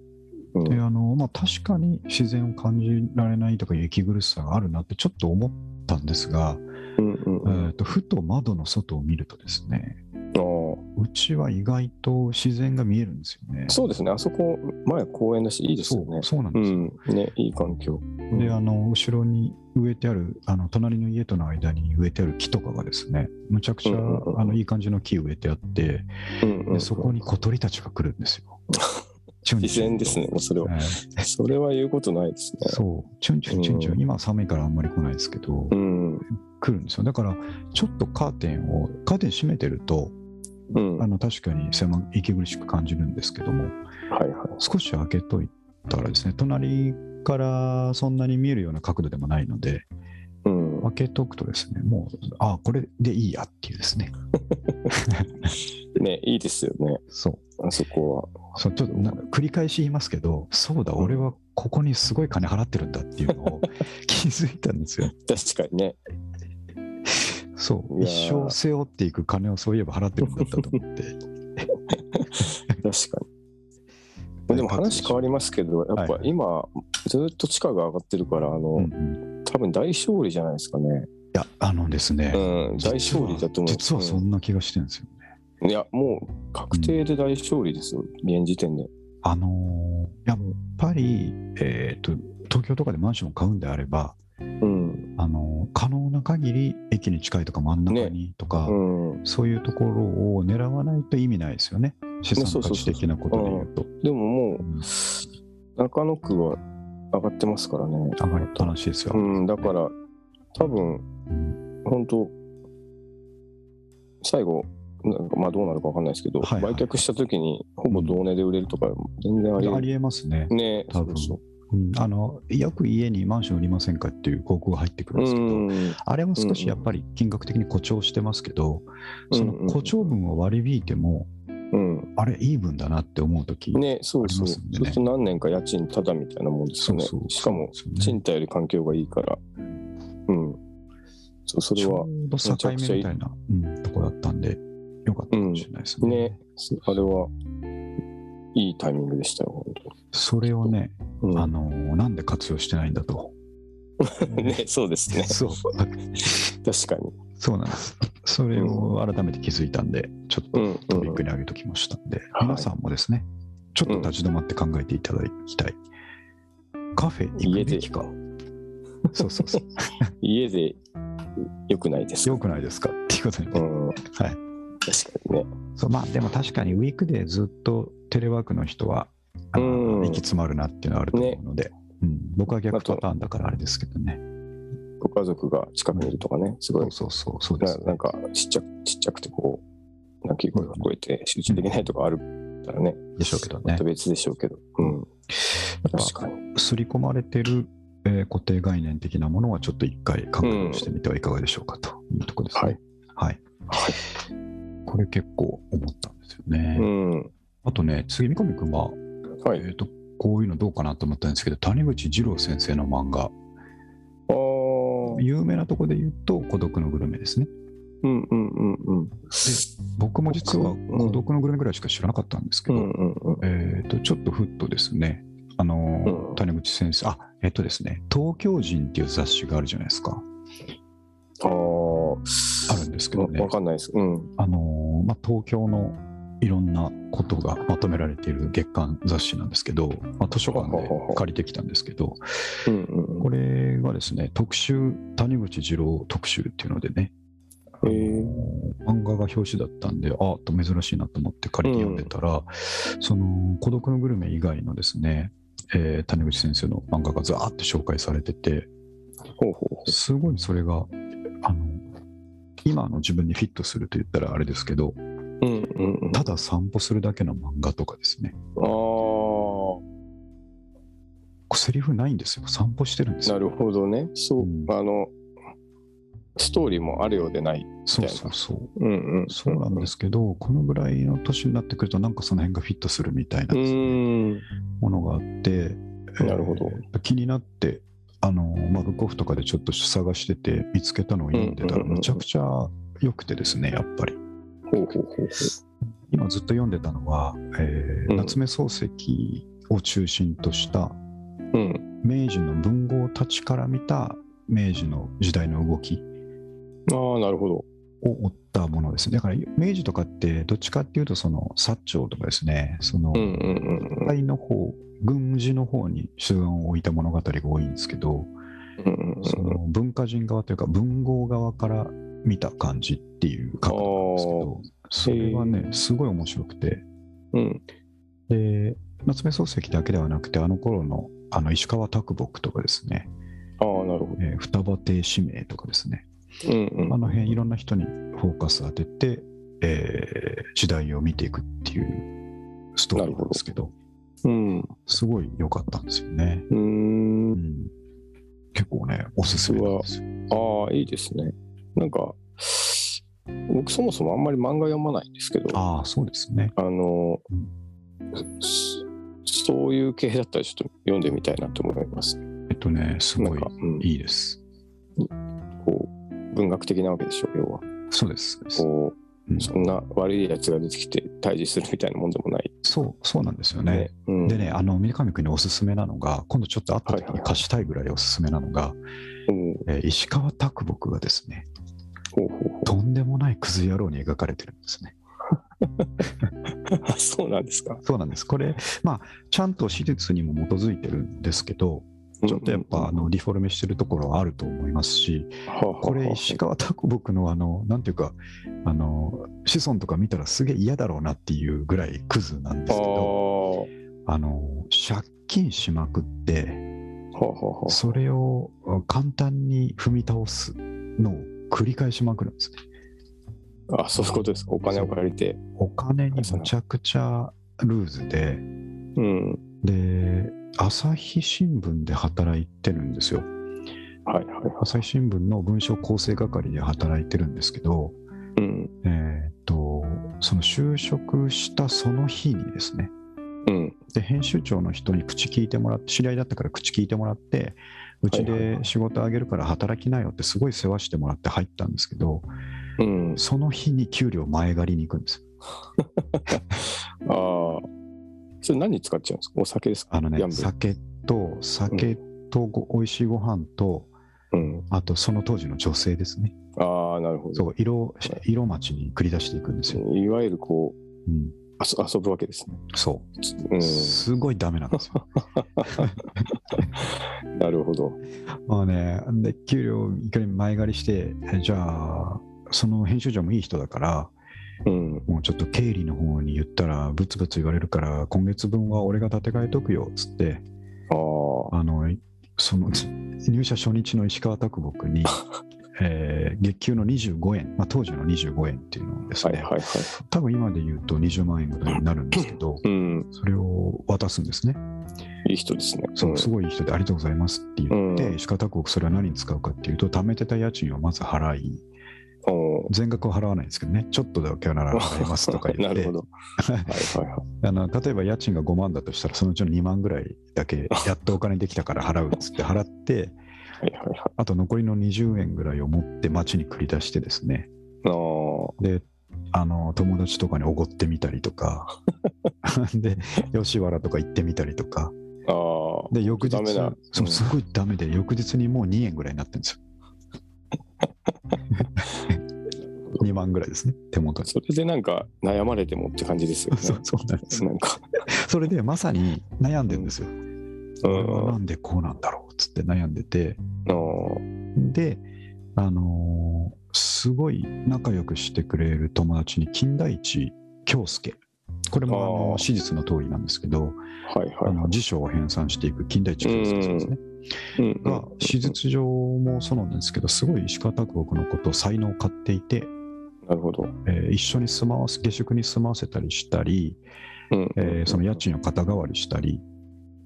A: ううで
B: ん、
A: あのまあ確かに自然を感じられないとかいう息苦しさがあるなってちょっと思ったんですが、
B: うん、うん
A: えー、とふと窓の外を見るとですね
B: うんあ
A: うちは意外と自然が見えるんですよね
B: あ。そうですね、あそこ、前公園だし、いいですよ
A: そ
B: ね。
A: うそうなん
B: う
A: ですよ、
B: ん、ね、いい環境。
A: であの後ろに植えてあるあの隣の家との間に植えてある木とかがですねむちゃくちゃ、
B: うんうんうん
A: あのいい感じの木植えてあって
B: うんうん
A: でそこに小鳥たちが来るんです よ。チュンチュン
B: 自然ですね、もうそれは。
A: はい
B: それは言うことないですね。
A: そうチュンチュンチュンチュン、
B: うん
A: 今は寒いからあんまり来ないですけど、
B: うん、
A: 来るんですよだからちょっとカーテンをカーテン閉めてると
B: うん、
A: あ
B: はい
A: の確かに狭い息苦しく感じるんですけども
B: はい。
A: 少し開けといたらですね隣からそんなに見えるような角度でもないので
B: うん、
A: 開けとくとですね、もう、あこれでいいやっていうですね。
B: ね、いいですよね、
A: そう。
B: あそこ
A: そうちょっとな繰り返し言いますけど、そうだ、俺はここにすごい金払ってるんだっていうの を気づいたんですよ。
B: は。確かにね。
A: そ。
B: いうやー
A: 一生背負っていく金をそういえば払ってるんだったと思 って。
B: 確か に。でも話変わりますけど、やっぱ
A: はい
B: 今、ずっと地価が上がってるから、あ
A: う
B: の
A: ん、うんい
B: 多分大勝利じゃないですかね。
A: や、あのですね、
B: うん、大
A: 実は
B: 勝利だと思う。
A: 実はそんな気がしてるんですよね。
B: うんいや、もう確定で大勝利ですよ、現時点で。
A: あのーやっぱり、えっ、と、東京とかでマンションを買うんであれば、
B: うん、
A: あのー可能な限り駅に近いとか真ん中にとか、
B: うん。
A: そういうところを狙わないと意味ないですよね。資産価値的なことで言うと。
B: でもも
A: うん
B: う、中野区は上がってますからね。
A: 上がりっぱなしですよ。
B: うん、だから、多分
A: うん
B: 本当最後、なんかまあどうなるかわかんないですけど、
A: はいはい
B: 売却した時にほぼ同値で売れるとか、全然ありえ
A: あ
B: る
A: りえますね。
B: ね、
A: 多分
B: そう
A: うんあのよく家にマンション売りませんかっていう広告が入ってくるん
B: そう
A: ですけど、
B: うん
A: あれは少しやっぱり金額的に誇張してますけど、その
B: うんうん
A: 誇張分を割り引いても、
B: うん、
A: あれ、いい分だなって思うとき、
B: ね、そうそう。
A: ありま
B: そ
A: すんでね
B: うすると何年か家賃ただみたいなもんですよね。しかも、
A: そうですよね
B: 賃貸より環境がいいから。うん。そう、それ
A: ち
B: は
A: ょ、うど境目みたいな、うん、とこだったんで、よかったかもしれないですね。
B: ね、そうあれは、いいタイミングでしたよ、本
A: それをね、
B: 当うん
A: あのーなんで活用してないんだと。
B: ね、そうですね。
A: そう、
B: 確かに。
A: そうなんです。それを改めて気づいたんで、ちょっ
B: う
A: と
B: ん、
A: ト
B: う
A: ピッ
B: ん
A: ク。に上げときましたんで、
B: はい
A: 皆さんもですね、ちょっと立ち止まって考えていただきたい。カフェ行くべきか。そうそうそう。
B: 家で良くないですか
A: よくないですかっていうことに、
B: う
A: ね
B: ん。確
A: はい
B: かにね。
A: そう。まあでも確かにウィークでずっとテレワークの人は、あ
B: う
A: の
B: ん
A: 行き詰まるなっていうのはあると思うので、うん、僕は逆パターンだからあれですけどね。
B: 僕家族が近くにいるとかね、すごい、
A: そうそうそう、そうで
B: な
A: す。
B: なんかちっちゃく、ちっちゃくてこう、泣き声が聞こえて集中できないとかあるからね、
A: でしょうけど
B: ま
A: ね
B: た。別でしょうけど。うん。確かに。
A: 刷り込まれてる、えー固定概念的なものはちょっと一回確認してみてはいかがでしょうかというところですね。はい。
B: はい
A: これ結構思ったんですよね。
B: うん。
A: あとね、次、三上君が、
B: は
A: えっ、
B: い。
A: と、こういうのどうかなと思ったんですけど、谷口二郎先生の漫画、
B: ああ。
A: 有名なとこで言うと、孤独のグルメですね。
B: うんうんうんうん。
A: 僕も実は
B: うん
A: 孤独のグルメぐらいしか知らなかったんですけ
B: う
A: ど、
B: んうんうん。
A: えっ、と、ちょっとふっとですね、あのー
B: うん
A: 谷口先生、あ、えっ、とですね、東京人っていう雑誌があるじゃないですか。
B: あー
A: あるんですけどね
B: わわかんないです。うん。
A: あのーまあ、東京のいろんなことがまとめられている月刊雑誌なんですけど、まあ、図書館で借りてきたんですけど、
B: うんうん
A: これがですね、特集、谷口二郎特集っていうのでね、
B: うん。えー
A: 漫画が表紙だったんで、ああ、と珍しいなと思って借りて読んでたら、その孤独のグルメ以外のですね、えー谷口先生の漫画がザーって紹介されてて、
B: ほうほうほ
A: すごいそれが、あの、今の自分にフィットすると言ったらあれですけど、
B: う。うんうんうん。あ
A: ただ散歩するだけの漫画とかですね、
B: あ
A: これセリフないんですよ散歩してるんです
B: ー。な
A: よ
B: るほどね。そうう。
A: ん
B: あの、ストーリーもあるようでない。
A: そうそうそう
B: うんうん。
A: そうなんですけどこのぐらいの年になってくるとなんかその辺がフィットするみたいな
B: う
A: ですね
B: ん。
A: ものがあって
B: なるほど
A: えー気になってあのまあブックオフとかでちょっと探してて見つけたのを読んでた
B: う
A: ら
B: んうんうんうん
A: めちゃくちゃ良くてですねやっぱり
B: ほうほうほう
A: 今ずっと読んでたのは、えー
B: うん
A: 夏目漱石を中心とした
B: ほう。うん。
A: 明治の文豪たちから見た明治の時代の動き
B: ああ、なるほど。
A: を追ったものですね。だから明治とかってどっちかっていうとその薩長とかですね、その
B: うんうんうん
A: 海の方、軍事の方に主眼を置いた物語が多いんですけど、
B: うん。うんうん
A: その文化人側というか文豪側から見た感じっていう感覚なんですけど、それはね、すごい面白くて、
B: うん。うん。
A: で、夏目漱石だけではなくて、あの頃のあの石川啄木とかですね、
B: ああ、なるほど。
A: えー双葉亭志明とかですね、
B: うんうん
A: あ。の辺いろんな人にフォーカス当てて、えー時代を見ていくっていうストーリーなんですけど、
B: うん。う
A: すごい良かったんですよね。
B: ーん
A: う。ん、結構ね、おすすめなんですよ。
B: ああ、いいですね。なんか、僕そもそもあんまり漫画読まないんですけど、あ
A: ああ、そうですね。
B: の、そそういう系だったらちょっと読んでみたいなと思います。
A: えっとね、す
B: な
A: ご
B: ん
A: い
B: か、うん、
A: いいです。
B: こう、文学的なわけでしょ、要は。
A: そうです。
B: こ
A: うん
B: う、そんな悪いやつが出てきて退治するみたいなもんでもない。
A: そう、そうなんですよね。。
B: うん、
A: でね、あの、三上君におすすめなのが、今度ちょっと会った
B: はい
A: 時
B: はい
A: に貸したいぐらいおすすめなのが、
B: うん、
A: えー石川啄木がですね、
B: ほうほうほ
A: とんでもないクズ野郎に描かれてるんですね。
B: う。あそうなんですか。
A: そうなんです。これ、まあ、ちゃんと史実にも基づいてるんですけど、ちょっとやっぱ、あ
B: うん、
A: のリフォルメしてるところはあると思いますし、これ、石川啄木の、あの、なんていうか、あの、子孫とか見たらすげえ嫌だろうなっていうぐらいクズなんで
B: あ
A: す
B: あ
A: けど、
B: ー、
A: あの、借金しまくって、
B: ははは。
A: それを簡単に踏み倒すのを繰り返しまくるんですね。
B: あ、そういうことですか。お金を借りて。
A: お金にむちゃくちゃルーズで、
B: うん。
A: で、朝日新聞で働いてるんですよ。
B: はいはいはい。
A: 朝日新聞の文章構成係で働いてるんですけど、
B: うん。
A: えーっとその就職したその日にですね
B: うん。
A: で編集長の人に口聞いてもらって知り合いだったから口聞いてもらってうち
B: はいはい
A: で
B: はい
A: 仕事あげるから働きなよってすごい世話してもらって入ったんですけど
B: うん。
A: その日に給料前借りに行くんですよ
B: ああ。それ何に使っちゃうんですかお酒ですか
A: あのね
B: ギャンブル
A: 酒と酒とご美味しいご飯と
B: うん。
A: あとその当時の女性ですね
B: ああ、なるほど。
A: そう色色町に繰り出していくんですよ、
B: いわゆるこう、
A: うん、
B: あそ遊ぶわけですね。
A: そうすごいダメなんですよ。
B: ん。なるほど。
A: まあね、で給料いくら前借りして、えじゃあ、その編集長もいい人だから、
B: うん。
A: もうちょっと経理の方に言ったら、ブツブツ言われるから、今月分は俺が立て替えとくよっつって、
B: ああ。
A: あのいその入社初日の石川拓木 に、えー月給の25円、まあ、当時の25円っていうのをです
B: はい
A: ね、
B: はいはい。
A: 多分今で言うと20万円ぐらいになるんですけど、
B: うん、
A: それを渡すんですね。
B: いい人ですね。
A: そうう、
B: ん
A: すごいいい人でありがとうございますって言って、
B: うん
A: 石川拓国それは何に使うかっていうと、貯めてた家賃をまず払い、
B: おー
A: 全額は払わないんですけどね、ちょっとだけは払いますとか言
B: な
A: っ
B: る
A: て
B: ほ、ど。はいはいはい。
A: あの例えば家賃が5万だとしたら、そのうちの2万ぐらいだけ、やっとお金できたから払うっつ って払って、
B: はいはいはい。
A: あと残りの20円ぐらいを持って街に繰り出してですね、
B: あー
A: で、あの友達とかにおごってみたりと か、で、吉原とか行ってみたりとか、
B: あー。
A: で、翌日
B: ダメだうん、
A: そうすごいダメで、翌日にもう2円ぐらいになってるん ですよ。2万ぐらいですね、手元 に。
B: それでなんか悩まれてもって感じですよね。
A: そうそうなんです。
B: なんか、
A: それでまさに悩んでるんですよ。
B: う、
A: 俺はなんんでこうなんだろうっつって悩んでて。
B: の
A: で、あのーすごい仲良くしてくれる友達に金田一京介。これもあ
B: あ
A: の
B: ー
A: 史実の通りなんですけど、
B: はい
A: あ
B: はいは
A: の
B: い。
A: 辞書を編纂していく金田一京介さんですね。
B: うんうん
A: が手術上もそうなんですけどすごい石川拓国のことを才能を買っていて、
B: なるほど。
A: えー一緒に住まわす下宿に住まわせたりしたり、
B: うん
A: えーその家賃を肩代わりしたり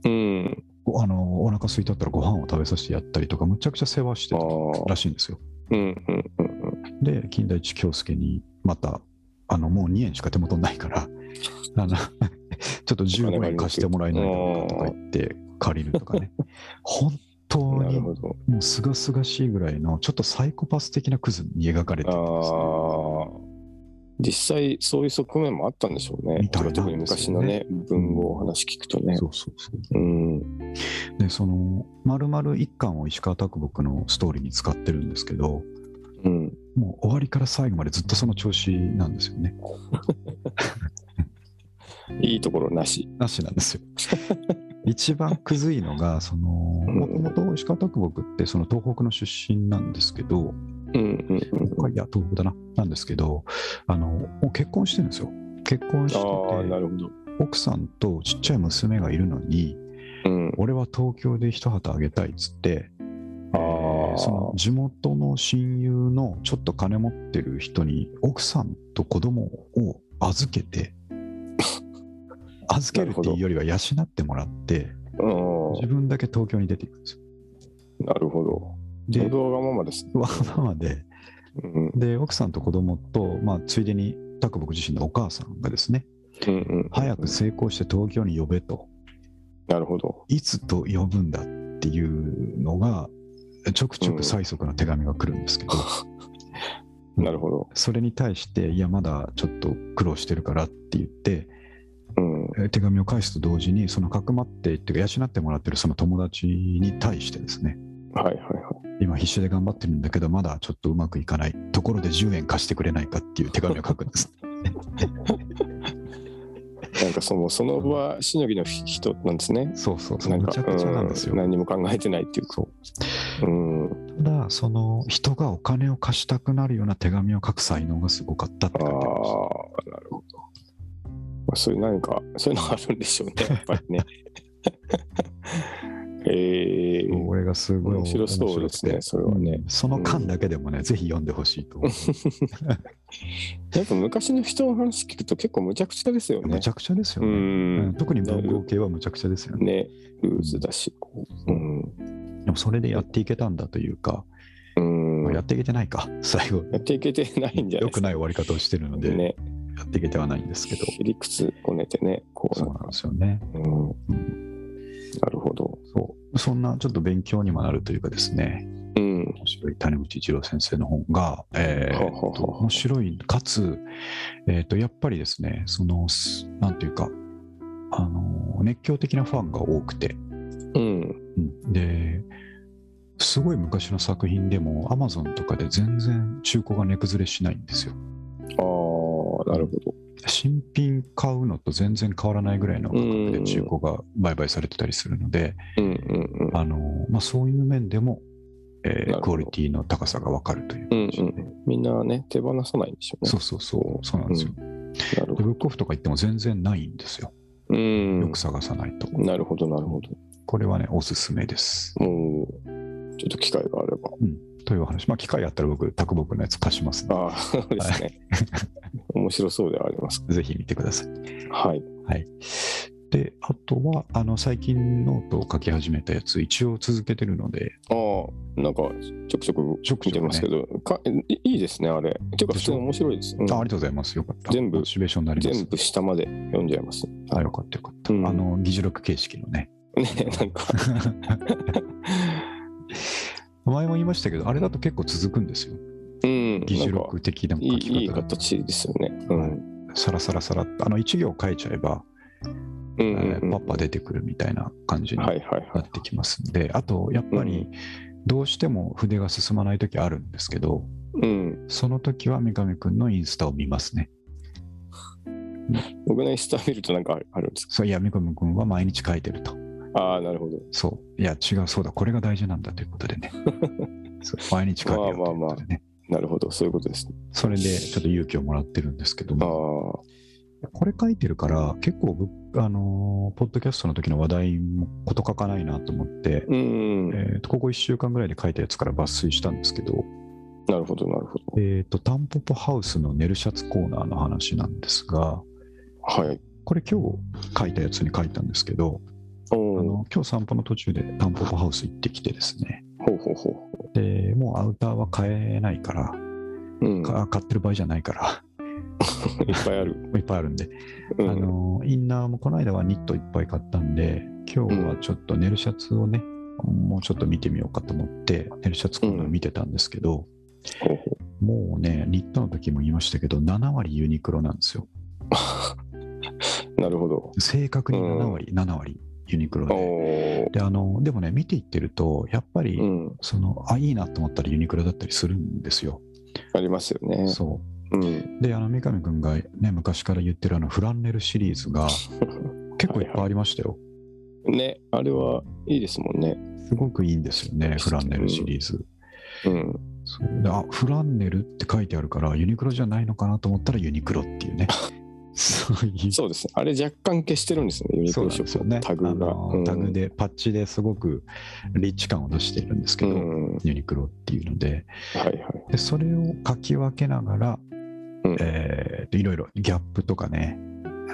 B: うん。
A: おあのお腹空いたったらご飯を食べさせてやったりとかむちゃくちゃ世話して
B: あ
A: た
B: ー
A: らしいんですよ
B: うんうんうんうん。
A: で金田一京介にまたあのもう2円しか手元にないからあの ちょっと15円貸してもらえないだろうかとか言って借りるとか ね本当
B: なる
A: に
B: ほど。
A: もうすがすがしいぐらいのちょっとサイコパス的なクズに描かれて
B: あ
A: たんですね
B: ー実際そういう側面もあったんでしょうね
A: み。たいなんですよね
B: 特に昔のね、文豪を話聞くとね。
A: そうそうそう
B: うん。
A: でその丸々一巻を石川啄木のストーリーに使ってるんですけど
B: うん。
A: もう終わりから最後までずっとその調子なんですよね
B: いいところなし。
A: なしなんですよ 一番くずいのがその
B: ん
A: もともと石川啄木ってその東北の出身なんですけど
B: うんうんうん。
A: いや東北だななんですけどあのもう結婚してるんですよ結婚して
B: ああ、な
A: て
B: るほど。
A: 奥さんとちっちゃい娘がいるのに
B: うん。
A: 俺は東京で一旗あげたいっつって、え
B: あ
A: ー
B: あ。
A: その地元の親友のちょっと金持ってる人に奥さんと子供を預け て預けるっていうよりは養ってもらって
B: うん
A: 自分だけ東京に出ていくんですよ。
B: なるほど。
A: で
B: ブ動画ママですね。
A: わがままで
B: うん
A: で奥さんと子供と、まあ、ついでに拓僕自身のお母さんがですね
B: うんうん、
A: 早く成功して東京に呼べと
B: なるほど。
A: いつと呼ぶんだっていうのがちょくちょく催促の手紙が来るんですけど、
B: なるほど。
A: それに対して、いや、まだちょっと苦労してるからって言って、
B: うん。
A: えー手紙を返すと同時に、そのかくまって、っていうか、養ってもらってるその友達に対してですね、
B: はいはいはい。
A: 今必死で頑張ってるんだけど、まだちょっとうまくいかないところで10円貸してくれないかっていう手紙を書くん です。
B: なんか その、その場しのぎの人なんですね。
A: そうそうそう、
B: なん
A: む
B: か
A: ちゃくちゃなんです
B: うん
A: よ。
B: 何にも考えてないっていうか。
A: そう
B: うん。
A: ただ、その人がお金を貸したくなるような手紙を書く才能がすごかったって
B: ああ、
A: 書い
B: な
A: てあ
B: る
A: りました。
B: ほど。まあ、そういう何か、そういうのあるんで しょうね、やっぱりね。 ええ
A: 俺がすごい
B: 面白そうですね、
A: 面白くて
B: それはね。
A: うんその間だけでもね、ぜひ読んでほしいと思う。
B: やっぱ昔の人の話聞くと結構むちゃくちゃですよね
A: むち。ゃくちゃですよ
B: う
A: ね。うん
B: ん。
A: 特に文豪系はむちゃくちゃですよね。
B: ね、ルーズだし。うん。
A: でもそれでやっていけたんだというか、
B: うん。
A: やっていけてないか、最後。
B: やっていけてないんじゃ
A: 良
B: ないで
A: く
B: すか。
A: ない終わり方をしてるので、
B: ね、
A: やっていけてはないんですけど、
B: 切り口こねてね、こう
A: そうなんですよね。
B: うん
A: うん
B: なるほど。
A: そうそんなちょっと勉強にもなるというかですね、
B: うん。
A: 面白い谷口一郎先生の本が、えー
B: はははは
A: 面白い、かつ、えーと、やっぱりですね、その、すなんていうか、あの熱狂的なファンが多くて、
B: うん。
A: うんですごい昔の作品でも Amazon とかで全然中古が値崩れしないんですよ
B: ああ、なるほど。
A: 新品買うのと全然変わらないぐらいの価格で中古が売買されてたりするので、
B: うんうん
A: あのまあ、そういう面でも、えー
B: るほど
A: クオリティの高さが分かるという
B: うん。
A: 感
B: うん
A: じ
B: う
A: で、
B: ん。みんなね、手放さないんでしょうね。
A: そうそうそうそうなんですよ、
B: なるほ
A: で
B: ど。
A: ブックオフとか行っても全然ないんですよ
B: う
A: よ
B: ん
A: く。探さないと、
B: なるほど、なるほど。
A: これはね、おすすめです。
B: もうちょっと機会があれば。
A: というお話。まあ、機会あったら僕、卓木のやつ貸しますの
B: ああ、そうですね。 面白そうではあります。
A: で、ぜひ見てください。
B: はい。
A: はい。で、あとは、あの、最近ノートを書き始めたやつ、一応続けてるので、
B: ああ、なんかちょくち
A: ち
B: ょく
A: ょくちょくね
B: 見てますけど、かいいいですね、あれ。っていうか、普通に面白いです。うん
A: あありがとうございます。よかった。
B: 全部
A: モチベーションになります。
B: 全部下まで読んじゃいます。
A: あ、よかったよかった。
B: うん
A: あの、議事録形式のね。
B: ね、なん か。
A: 前も言いましたけど、あれだと結構続くんですよ。
B: うん、
A: 議事
B: なんか
A: 録的ない書
B: いい
A: き
B: い
A: 方。
B: 形ですよね。うん。
A: はいさらさらさらっと、あの、一行書いちゃえば、え
B: うんうんう
A: ー
B: ん、
A: パッパ出てくるみたいな感じに
B: はいはい
A: な
B: は
A: ってきますんで、あと、やっぱ
B: う
A: り、どうしても筆が進まない時あるんですけど、
B: い。うん。
A: その時は三上くんのインスタを見ますね。
B: 僕のインスタ見るとなんかあるんですか
A: そういや、三上くんは毎日書いてると。
B: ああ、なるほど。
A: そう。いや、違う、そうだ、これが大事なんだということで ね。そう毎日書いてるということでね。
B: なるほど。そういうことですね。
A: それでちょっと勇気をもらってるんですけど
B: あ
A: も、
B: あ。
A: これ書いてるから、結構ぶ、あのーポッドキャストの時の話題もこと書かないなと思って、
B: うん。な
A: えーとここ1週間ぐらいで書いたやつから抜粋したんですけど、
B: るほど、なるほど。
A: えーと、タンポポハウスの寝るシャツコーナーの話なんですが、
B: はい。
A: これ今日書いたやつに書いたんですけど、
B: お
A: あ
B: お。
A: の今日散歩の途中でタンポポハウス行ってきてですね、
B: ほうほうほ
A: でもうアウターは買えないから、
B: う。うん。いっ
A: か買ってる場合じゃないから、
B: ぱいある。
A: いっぱいあるんで、
B: う
A: あ
B: ん。
A: のインナーもこの間はニットいっぱい買ったんで今日はちょっと寝るシャツをね、もうちょっと見てみようかと思って寝るシャツコーナー見てたんですけど、
B: ほうほ
A: もうねニットの時も言いましたけど7割ユニクロなんですよ
B: う。なるほど。
A: 正確に7割、7割ユニクロ
B: お
A: で
B: お。
A: であのでもね見ていってるとやっぱり、
B: うん。
A: そのあいいなと思ったらユニクロだったりするんですよ、
B: ありますよね。
A: そ
B: うん。
A: うであの三上君がね昔から言ってるあのフランネルシリーズが結構いっぱいありましたよ、
B: ね、あれはいいですもんね。
A: すごくいいんですよね、フランネルシリーズ。
B: うん。
A: そうであフランネルって書いてあるから、ユニクロじゃないのかなと思ったらユニクロって いうね。そういう
B: そうですね。あれ若干消してるんですね。ユニク
A: そう
B: ロ
A: なん
B: ショ
A: です
B: ッ
A: よ
B: プの
A: ね。
B: タグが
A: あ。の
B: うん
A: タグ。で、パッチですごくリッチ感を出しているんですけ
B: う
A: ど、
B: ん。はい
A: ユニクロっていうので
B: はい。
A: で、それを書き分けながら、
B: うん
A: えーといろいろギャップとかね、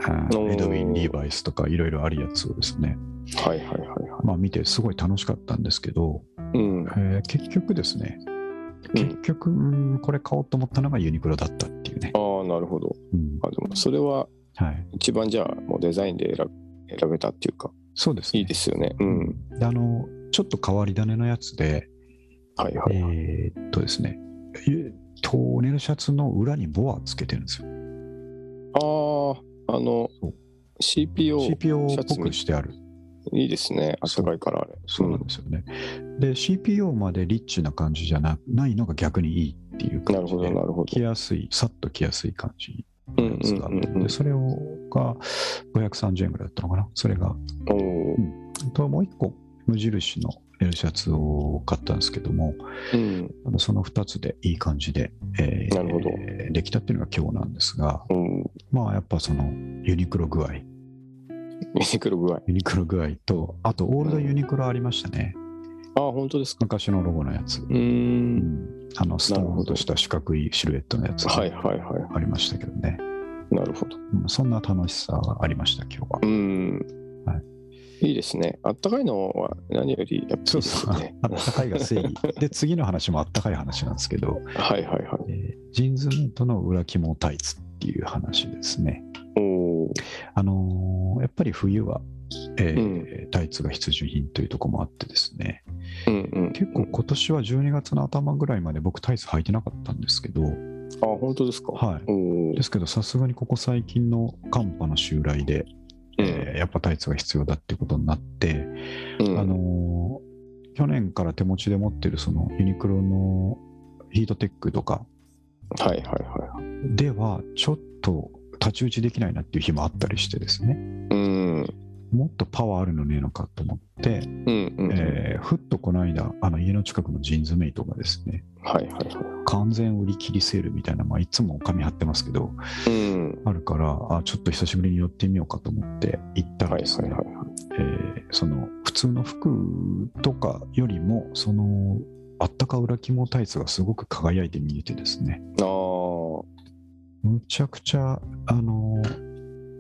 A: あー
B: おー
A: エドウィン・リーバイスとかいろいろあるやつをですね、
B: はいはいはいは
A: まあ、見てすごい楽しかったんですけど、
B: い。うん。
A: えー結局ですね、
B: うん
A: 結局、うんこれ買おうと思ったのがユニクロだったっていうね。
B: ああ、なるほど。
A: うん
B: あでもそれは
A: はい、
B: 一番じゃあもうデザインで選べ選べたっていうか
A: そうですね
B: いいですよね。うん。
A: であのちょっと変わり種のやつで、
B: はいはい。
A: えーっとですね、ゆトーネルシャツの裏にボアつけてるんですよ。
B: あああ
A: そ
B: の
A: う
B: CPO
A: CPO っ
B: シャ
A: ぽ
B: ツみ
A: くしてある。
B: いいですね。あったかいからあれ。
A: そうなんですよね。で、CPO までリッチな感じじゃなないのが逆にいいっていう
B: な
A: 感
B: る
A: じ
B: ほど
A: で
B: な、るほ
A: 着
B: ど。
A: やすい、さっと着やすい感じ
B: うんう
A: やつがあって
B: ん
A: でそれをが530円ぐらいだったのかなそれが
B: うん。おお。
A: ともう一個無印の L シャツを買ったんですけども
B: うん。
A: あのその2つでいい感じで、えー
B: なるほど
A: えーできたっていうのが今日なんですが
B: うんユ
A: まあやっぱそのユニクロ具合ユ
B: ニクロ具合。あ
A: ニクロ具合とあとオールドユニクロありましたね、
B: あ本当ですか。
A: 昔のロゴのやつ、
B: うー。
A: うんんあのストーンとした四角いシルエットのやつ
B: はい
A: あ
B: はいは
A: りましたけどね、
B: い。なるほど。
A: うんそんな楽しさがありました今日は
B: うん。
A: はい
B: いいですね。あったかいのは何よりやっぱいい
A: そう
B: で
A: そ
B: す
A: う。
B: よ
A: あ
B: ね。
A: ったかいが正義。で、次の話もあったかい話なんですけど、
B: はいはいはい。
A: えージーンズニットの裏肝タイツっていう話ですね。
B: おお。
A: あのーやっぱり冬は、えー
B: う
A: タイツが必需品というところもあってですね、
B: うんうん。
A: 結構今年は12月の頭ぐらいまで僕タイツ履いてなかったんですけど、
B: あ本当ですか。
A: は
B: おお
A: い。で。すけどさすがにここ最近の寒波の襲来で、えーやっぱタイツが必要だってことになって、
B: うん
A: あのー去年から手持ちで持ってるそのユニクロのヒートテックとか
B: はいはいは
A: ではちょっと太刀打ちできないなっていう日もあったりしてですね
B: い。うん。
A: もっとパワーあるのねえのかと思って、
B: うんうんうん。
A: えーふっとこの間あの家の近くのジーンズメイトがですね
B: はいはいは
A: 完全売り切りセールみたいな、まあ、いつも紙貼ってますけど
B: い。うん。
A: あるからあちょっと久しぶりに寄ってみようかと思って行ったら
B: はい
A: です
B: はい
A: ね、
B: はいはい。
A: えーその普通の服とかよりもそのあったか裏肝タイツがすごく輝いて見えてですね
B: あー
A: むちゃくちゃあの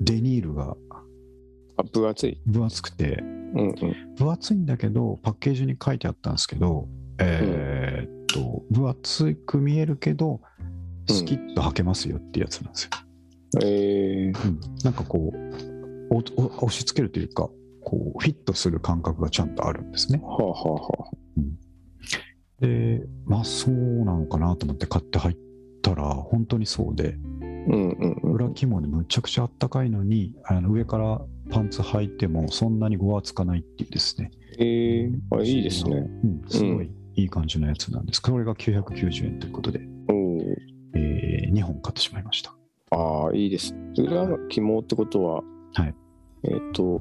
A: デニールが
B: あ分厚い、
A: 分厚くて
B: うんうん、
A: 分厚いんだけどパッケージに書いてあったんですけど、えーっと分厚く見えるけど
B: うん
A: スキッと履けますよってやつなんですよ、
B: え
A: う
B: ー、
A: んなんかこうおお押し付けるというかこうフィットする感覚がちゃんとあるんですね
B: はあはあは
A: でまあそうなのかなと思って買って入ったら本当にそうで
B: あうんうんうん
A: 裏肝でむちゃくちゃあったかいのにあの上からパンツ履いてもそんなにごわつかないっていうですね
B: えー、あいいですね
A: うん、すごいいい感じのやつなんです。これが990円ということで、
B: おー
A: え2本買ってしまいました。
B: ああいいです裏の肝ってことは
A: はい
B: えっ、と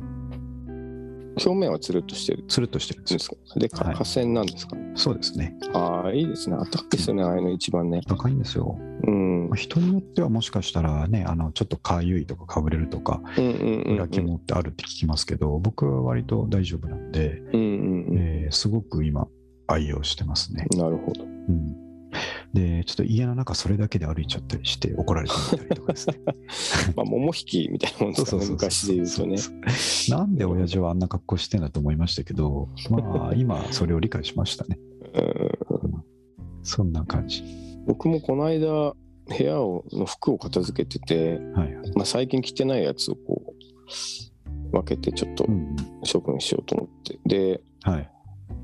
B: 表面はつるっとしてるん
A: つるっとしてるんです
B: で
A: よ。
B: すかでか
A: はい
B: 河川なんですか、
A: そうですね。
B: ああいいですねあったかいですよねああいうの一番ね
A: 高いんですよ。
B: うんうん
A: 人によってはもしかしたらね、あのちょっとかゆいとかかぶれるとか、
B: うんうん
A: 裏肝ってあるって聞きますけど、僕は割と大丈夫なんで、
B: うんうんうん
A: えーすごく今、愛用してますね。
B: なるほど
A: うんで、ちょっと家の中それだけで歩いちゃったりして怒られてみたりとかですね。
B: まあ桃引きみたいなもんですかね昔で言うとね
A: なんで親父はあんな格好してんだと思いましたけ ど、まあ今それを理解しましたね。
B: うん
A: そんな感じ。
B: 僕もこの間部屋をの服を片付けてて、
A: はいはい。
B: まあ、最近着てないやつをこう分けてちょっと
A: うん
B: 処分しようと思ってで
A: はい。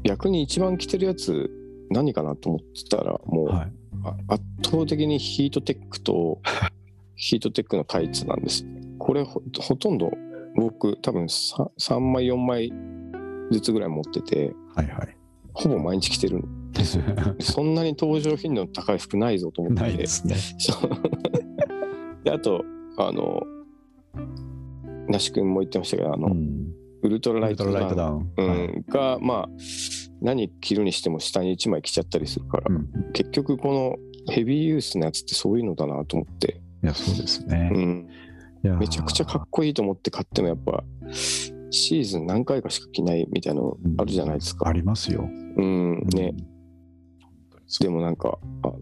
B: 逆に一番着てるやつ何かなと思ってたらもう、
A: はい。
B: あ圧倒的にヒートテッ クとヒートテックのタイツなんですこれほほとんど僕多分 3, 枚4枚ずつぐらい持ってて
A: はいはい。
B: ほぼ毎日着てるそんなに登場頻度の高い服ないぞと思っ て
A: ないですね。
B: そうであとあの那須君も言ってましたけどあの、
A: うん。
B: ウルトラライトダウン
A: ダウン。
B: う
A: はい
B: ん、がまあ何着るにしても下に1枚着ちゃったりするから、
A: うん。
B: 結局このヘビーユースのやつってそういうのだなと思って、
A: いや、そうです
B: う
A: ね。
B: ん、
A: いやー
B: めちゃくちゃかっこいいと思って買ってもやっぱシーズン何回かしか着ないみたいなのあるじゃないですか
A: あ。りますよ。
B: うん、ね
A: そう
B: でもなんかあの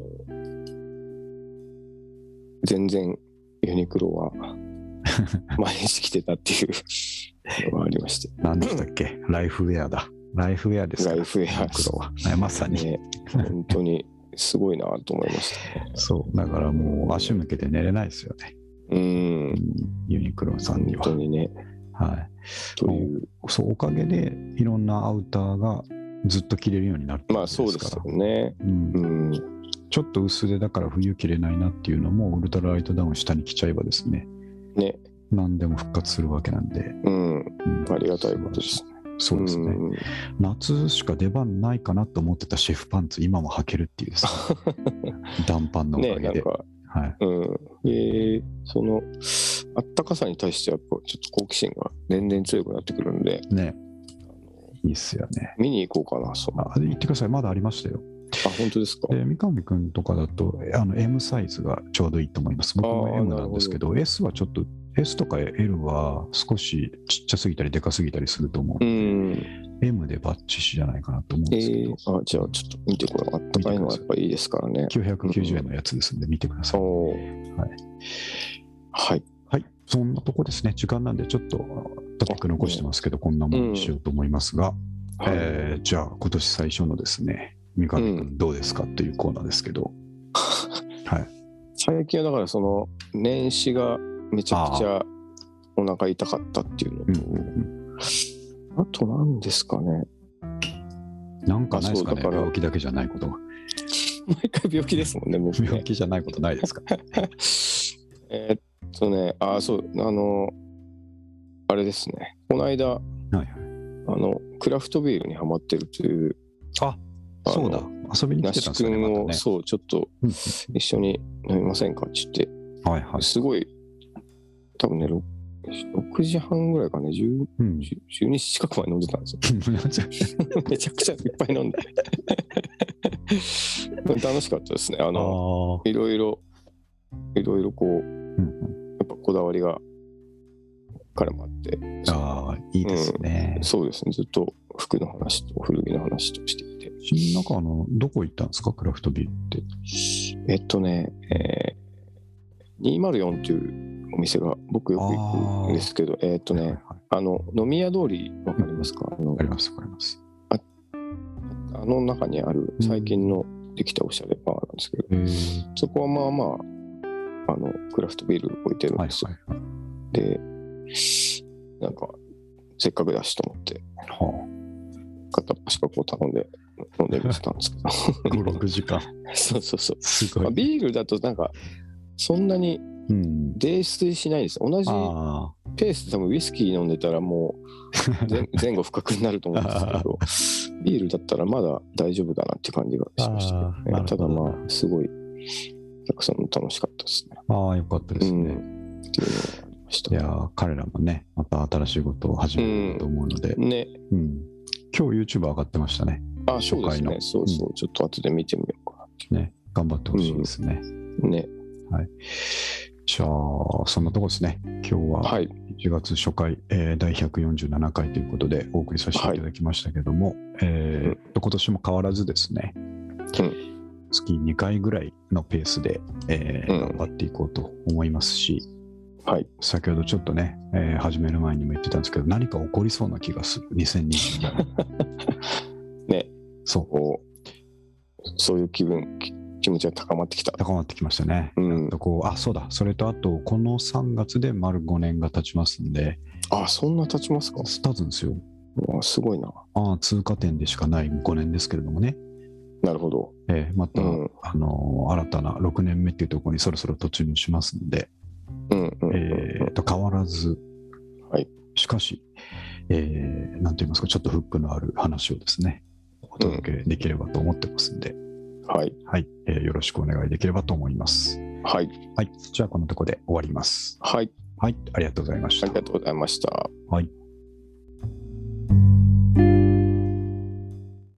B: 全然ユニクロは毎日着てたっていうのがありまして
A: 何でしたっけライフウェアだ。ライフウェアですから
B: ライフウェアです
A: 黒は。はいまさに。
B: ね本当にすごいなと思いましたね。
A: そう。だからもう足向けて寝れないですよね。
B: うん
A: ユニクロさんに
B: 本
A: は
B: 当。にね
A: はい。
B: という
A: そうおかげでいろんなアウターがずっと着れるようになる
B: まあそうですよね。
A: うん
B: うん
A: ちょっと薄手だから冬着れないなっていうのもウルトラライトダウン下に着ちゃえばですね
B: ね
A: 何でも復活するわけなんで、
B: うん
A: うん
B: ありがたいことです。
A: そうですね、
B: ん
A: 夏しか出番ないかなと思ってたシェフパンツ今も履けるっていうです ね短パンのおか
B: ね
A: げで、
B: なんか
A: はい、
B: うんえーそのあったかさに対してやっぱちょっと好奇心が年々強くなってくるんで
A: ねいいっすよね
B: 見に行こうかなそうあ
A: あ言ってくださいまだありましたよ
B: 本当ですか。
A: で三上君とかだとあの M サイズがちょうどいいと思います。僕も
B: あー
A: M なんですけど S はちょっと S とか L は少しちっちゃすぎたりでかすぎたりすると思う
B: う
A: ので、
B: ん、
A: M でバッチシじゃないかなと思うん
B: え
A: ですけ
B: ー
A: ど、
B: あじゃあちょっと見てこれあったかいのはやっぱいいですからね。
A: 990円のやつですんで見てください。
B: そう
A: はい
B: はい
A: はい、そんなとこですね。時間なんでちょっとトピック残してますけど、こんなもんにしようと思いますが、
B: はい
A: えーじゃあ今年最初のですね、三上
B: う
A: 君どうですかというコーナーですけど、はい、
B: 最近はだからその年始がめちゃくちゃお腹痛かったっていうの
A: う
B: と
A: んうん
B: あと何ですかね
A: うん、なんかないですかね、
B: あそうだから
A: 病気だけじゃないことが。
B: 毎回病気ですもんね僕ね
A: 病気じゃないことない ですか。
B: えーっとねあそうあのあれですねこの間あ
A: はいはい。
B: のクラフトビールにハマってるという
A: あ
B: あの
A: そうだ。遊びに来
B: 那
A: てたんで
B: 須
A: すよね。
B: 君を、
A: また
B: そうちょっと
A: うん
B: 一緒に飲みませんかって言って
A: ねはいはい。
B: すごい多分ね 6, 6時半ぐらいかね10
A: うん。
B: 12時近くまで飲んでたんですよ めちゃくちゃいっぱい飲んで 楽しかったですねあ
A: あ
B: の
A: ー
B: いろいろいろいろこう
A: うん
B: やっぱこだわりがからもあって
A: ああ、いいですね。
B: そうですねずっと服の話と古着の話としていて
A: 新中のどこ行ったんですか、クラフトビールって。
B: えっとね、えー、204っていうお店が僕よく行くんですけどえっと
A: はい
B: ね
A: はいはい
B: あの飲み屋通りわかりますかあの
A: わかります、わかります。
B: あの中にある最近のできたおしゃれバーなんですけど、
A: えー、
B: そこはまあまああのクラフトビール置いてるん
A: はい
B: ですよ、
A: はいはい。
B: でなんかせっかくだしと思って
A: は
B: 片っ端からこう頼んで飲んでみてたんですけ ど
A: あ、5、6時間。
B: そうそうそう、
A: す
B: ま
A: ご
B: あ、
A: い。
B: ビールだとなんかそんなに
A: うん、
B: 泥酔しないんですよ同じ
A: あ
B: ペースで多分ウイスキー飲んでたらもう 前前後深くになると思うんですけどビールだったらまだ大丈夫だなって感じがしましたけどね
A: あーなる
B: た
A: ほ
B: だ
A: ど
B: まあすごいお客さんも楽しかったですね。
A: あ、ああ、よかったですね。
B: うん、っていうのがありました
A: いやー彼らもね、また新しいことを始めると思うので、うん
B: ね
A: 今日 YouTube 上がってましたね。
B: あそうです
A: 初回
B: ね
A: の
B: そうそう、ちょっと後で見てみようか
A: ね頑張ってほしいですね。
B: なね
A: じゃあ、そんなとこですね。今日は
B: はい
A: 1月初回、えー第147回ということでお送りさせていただきましたけども、えーと今年も変わらずですね、月2回ぐらいのペースで、えー
B: うん
A: 頑張っていこうと思いますし、
B: はい
A: 先ほどちょっとね、えー始める前にも言ってたんですけど、何か起こりそうな気がする、2020年。
B: ね
A: そう、
B: こうそういう気分き気持ちが高まってきた
A: 高まってきましたね。
B: うん
A: こうあそうだ、それとあと、この3月で丸5年が経ちますんで、
B: あそんな経ちますか
A: 経つんですよ。
B: あすごいな
A: ああ、通過点でしかない5年ですけれどもね、
B: なるほど
A: えーまた、
B: うん
A: あのー新たな6年目っていうところにそろそろ突入しますんで、
B: うんうんうんうん、
A: えーと変わらず、
B: はい
A: しかし、えーなんと言いますか、ちょっとフックのある話をですね、お届けできればと思ってますんで、
B: はい
A: はい、えーよろしくお願いできればと思います。
B: はい
A: はい、じゃあこのとこで終わります。
B: はい
A: はい、ありがとうございました
B: あり。がとうございました。
A: はい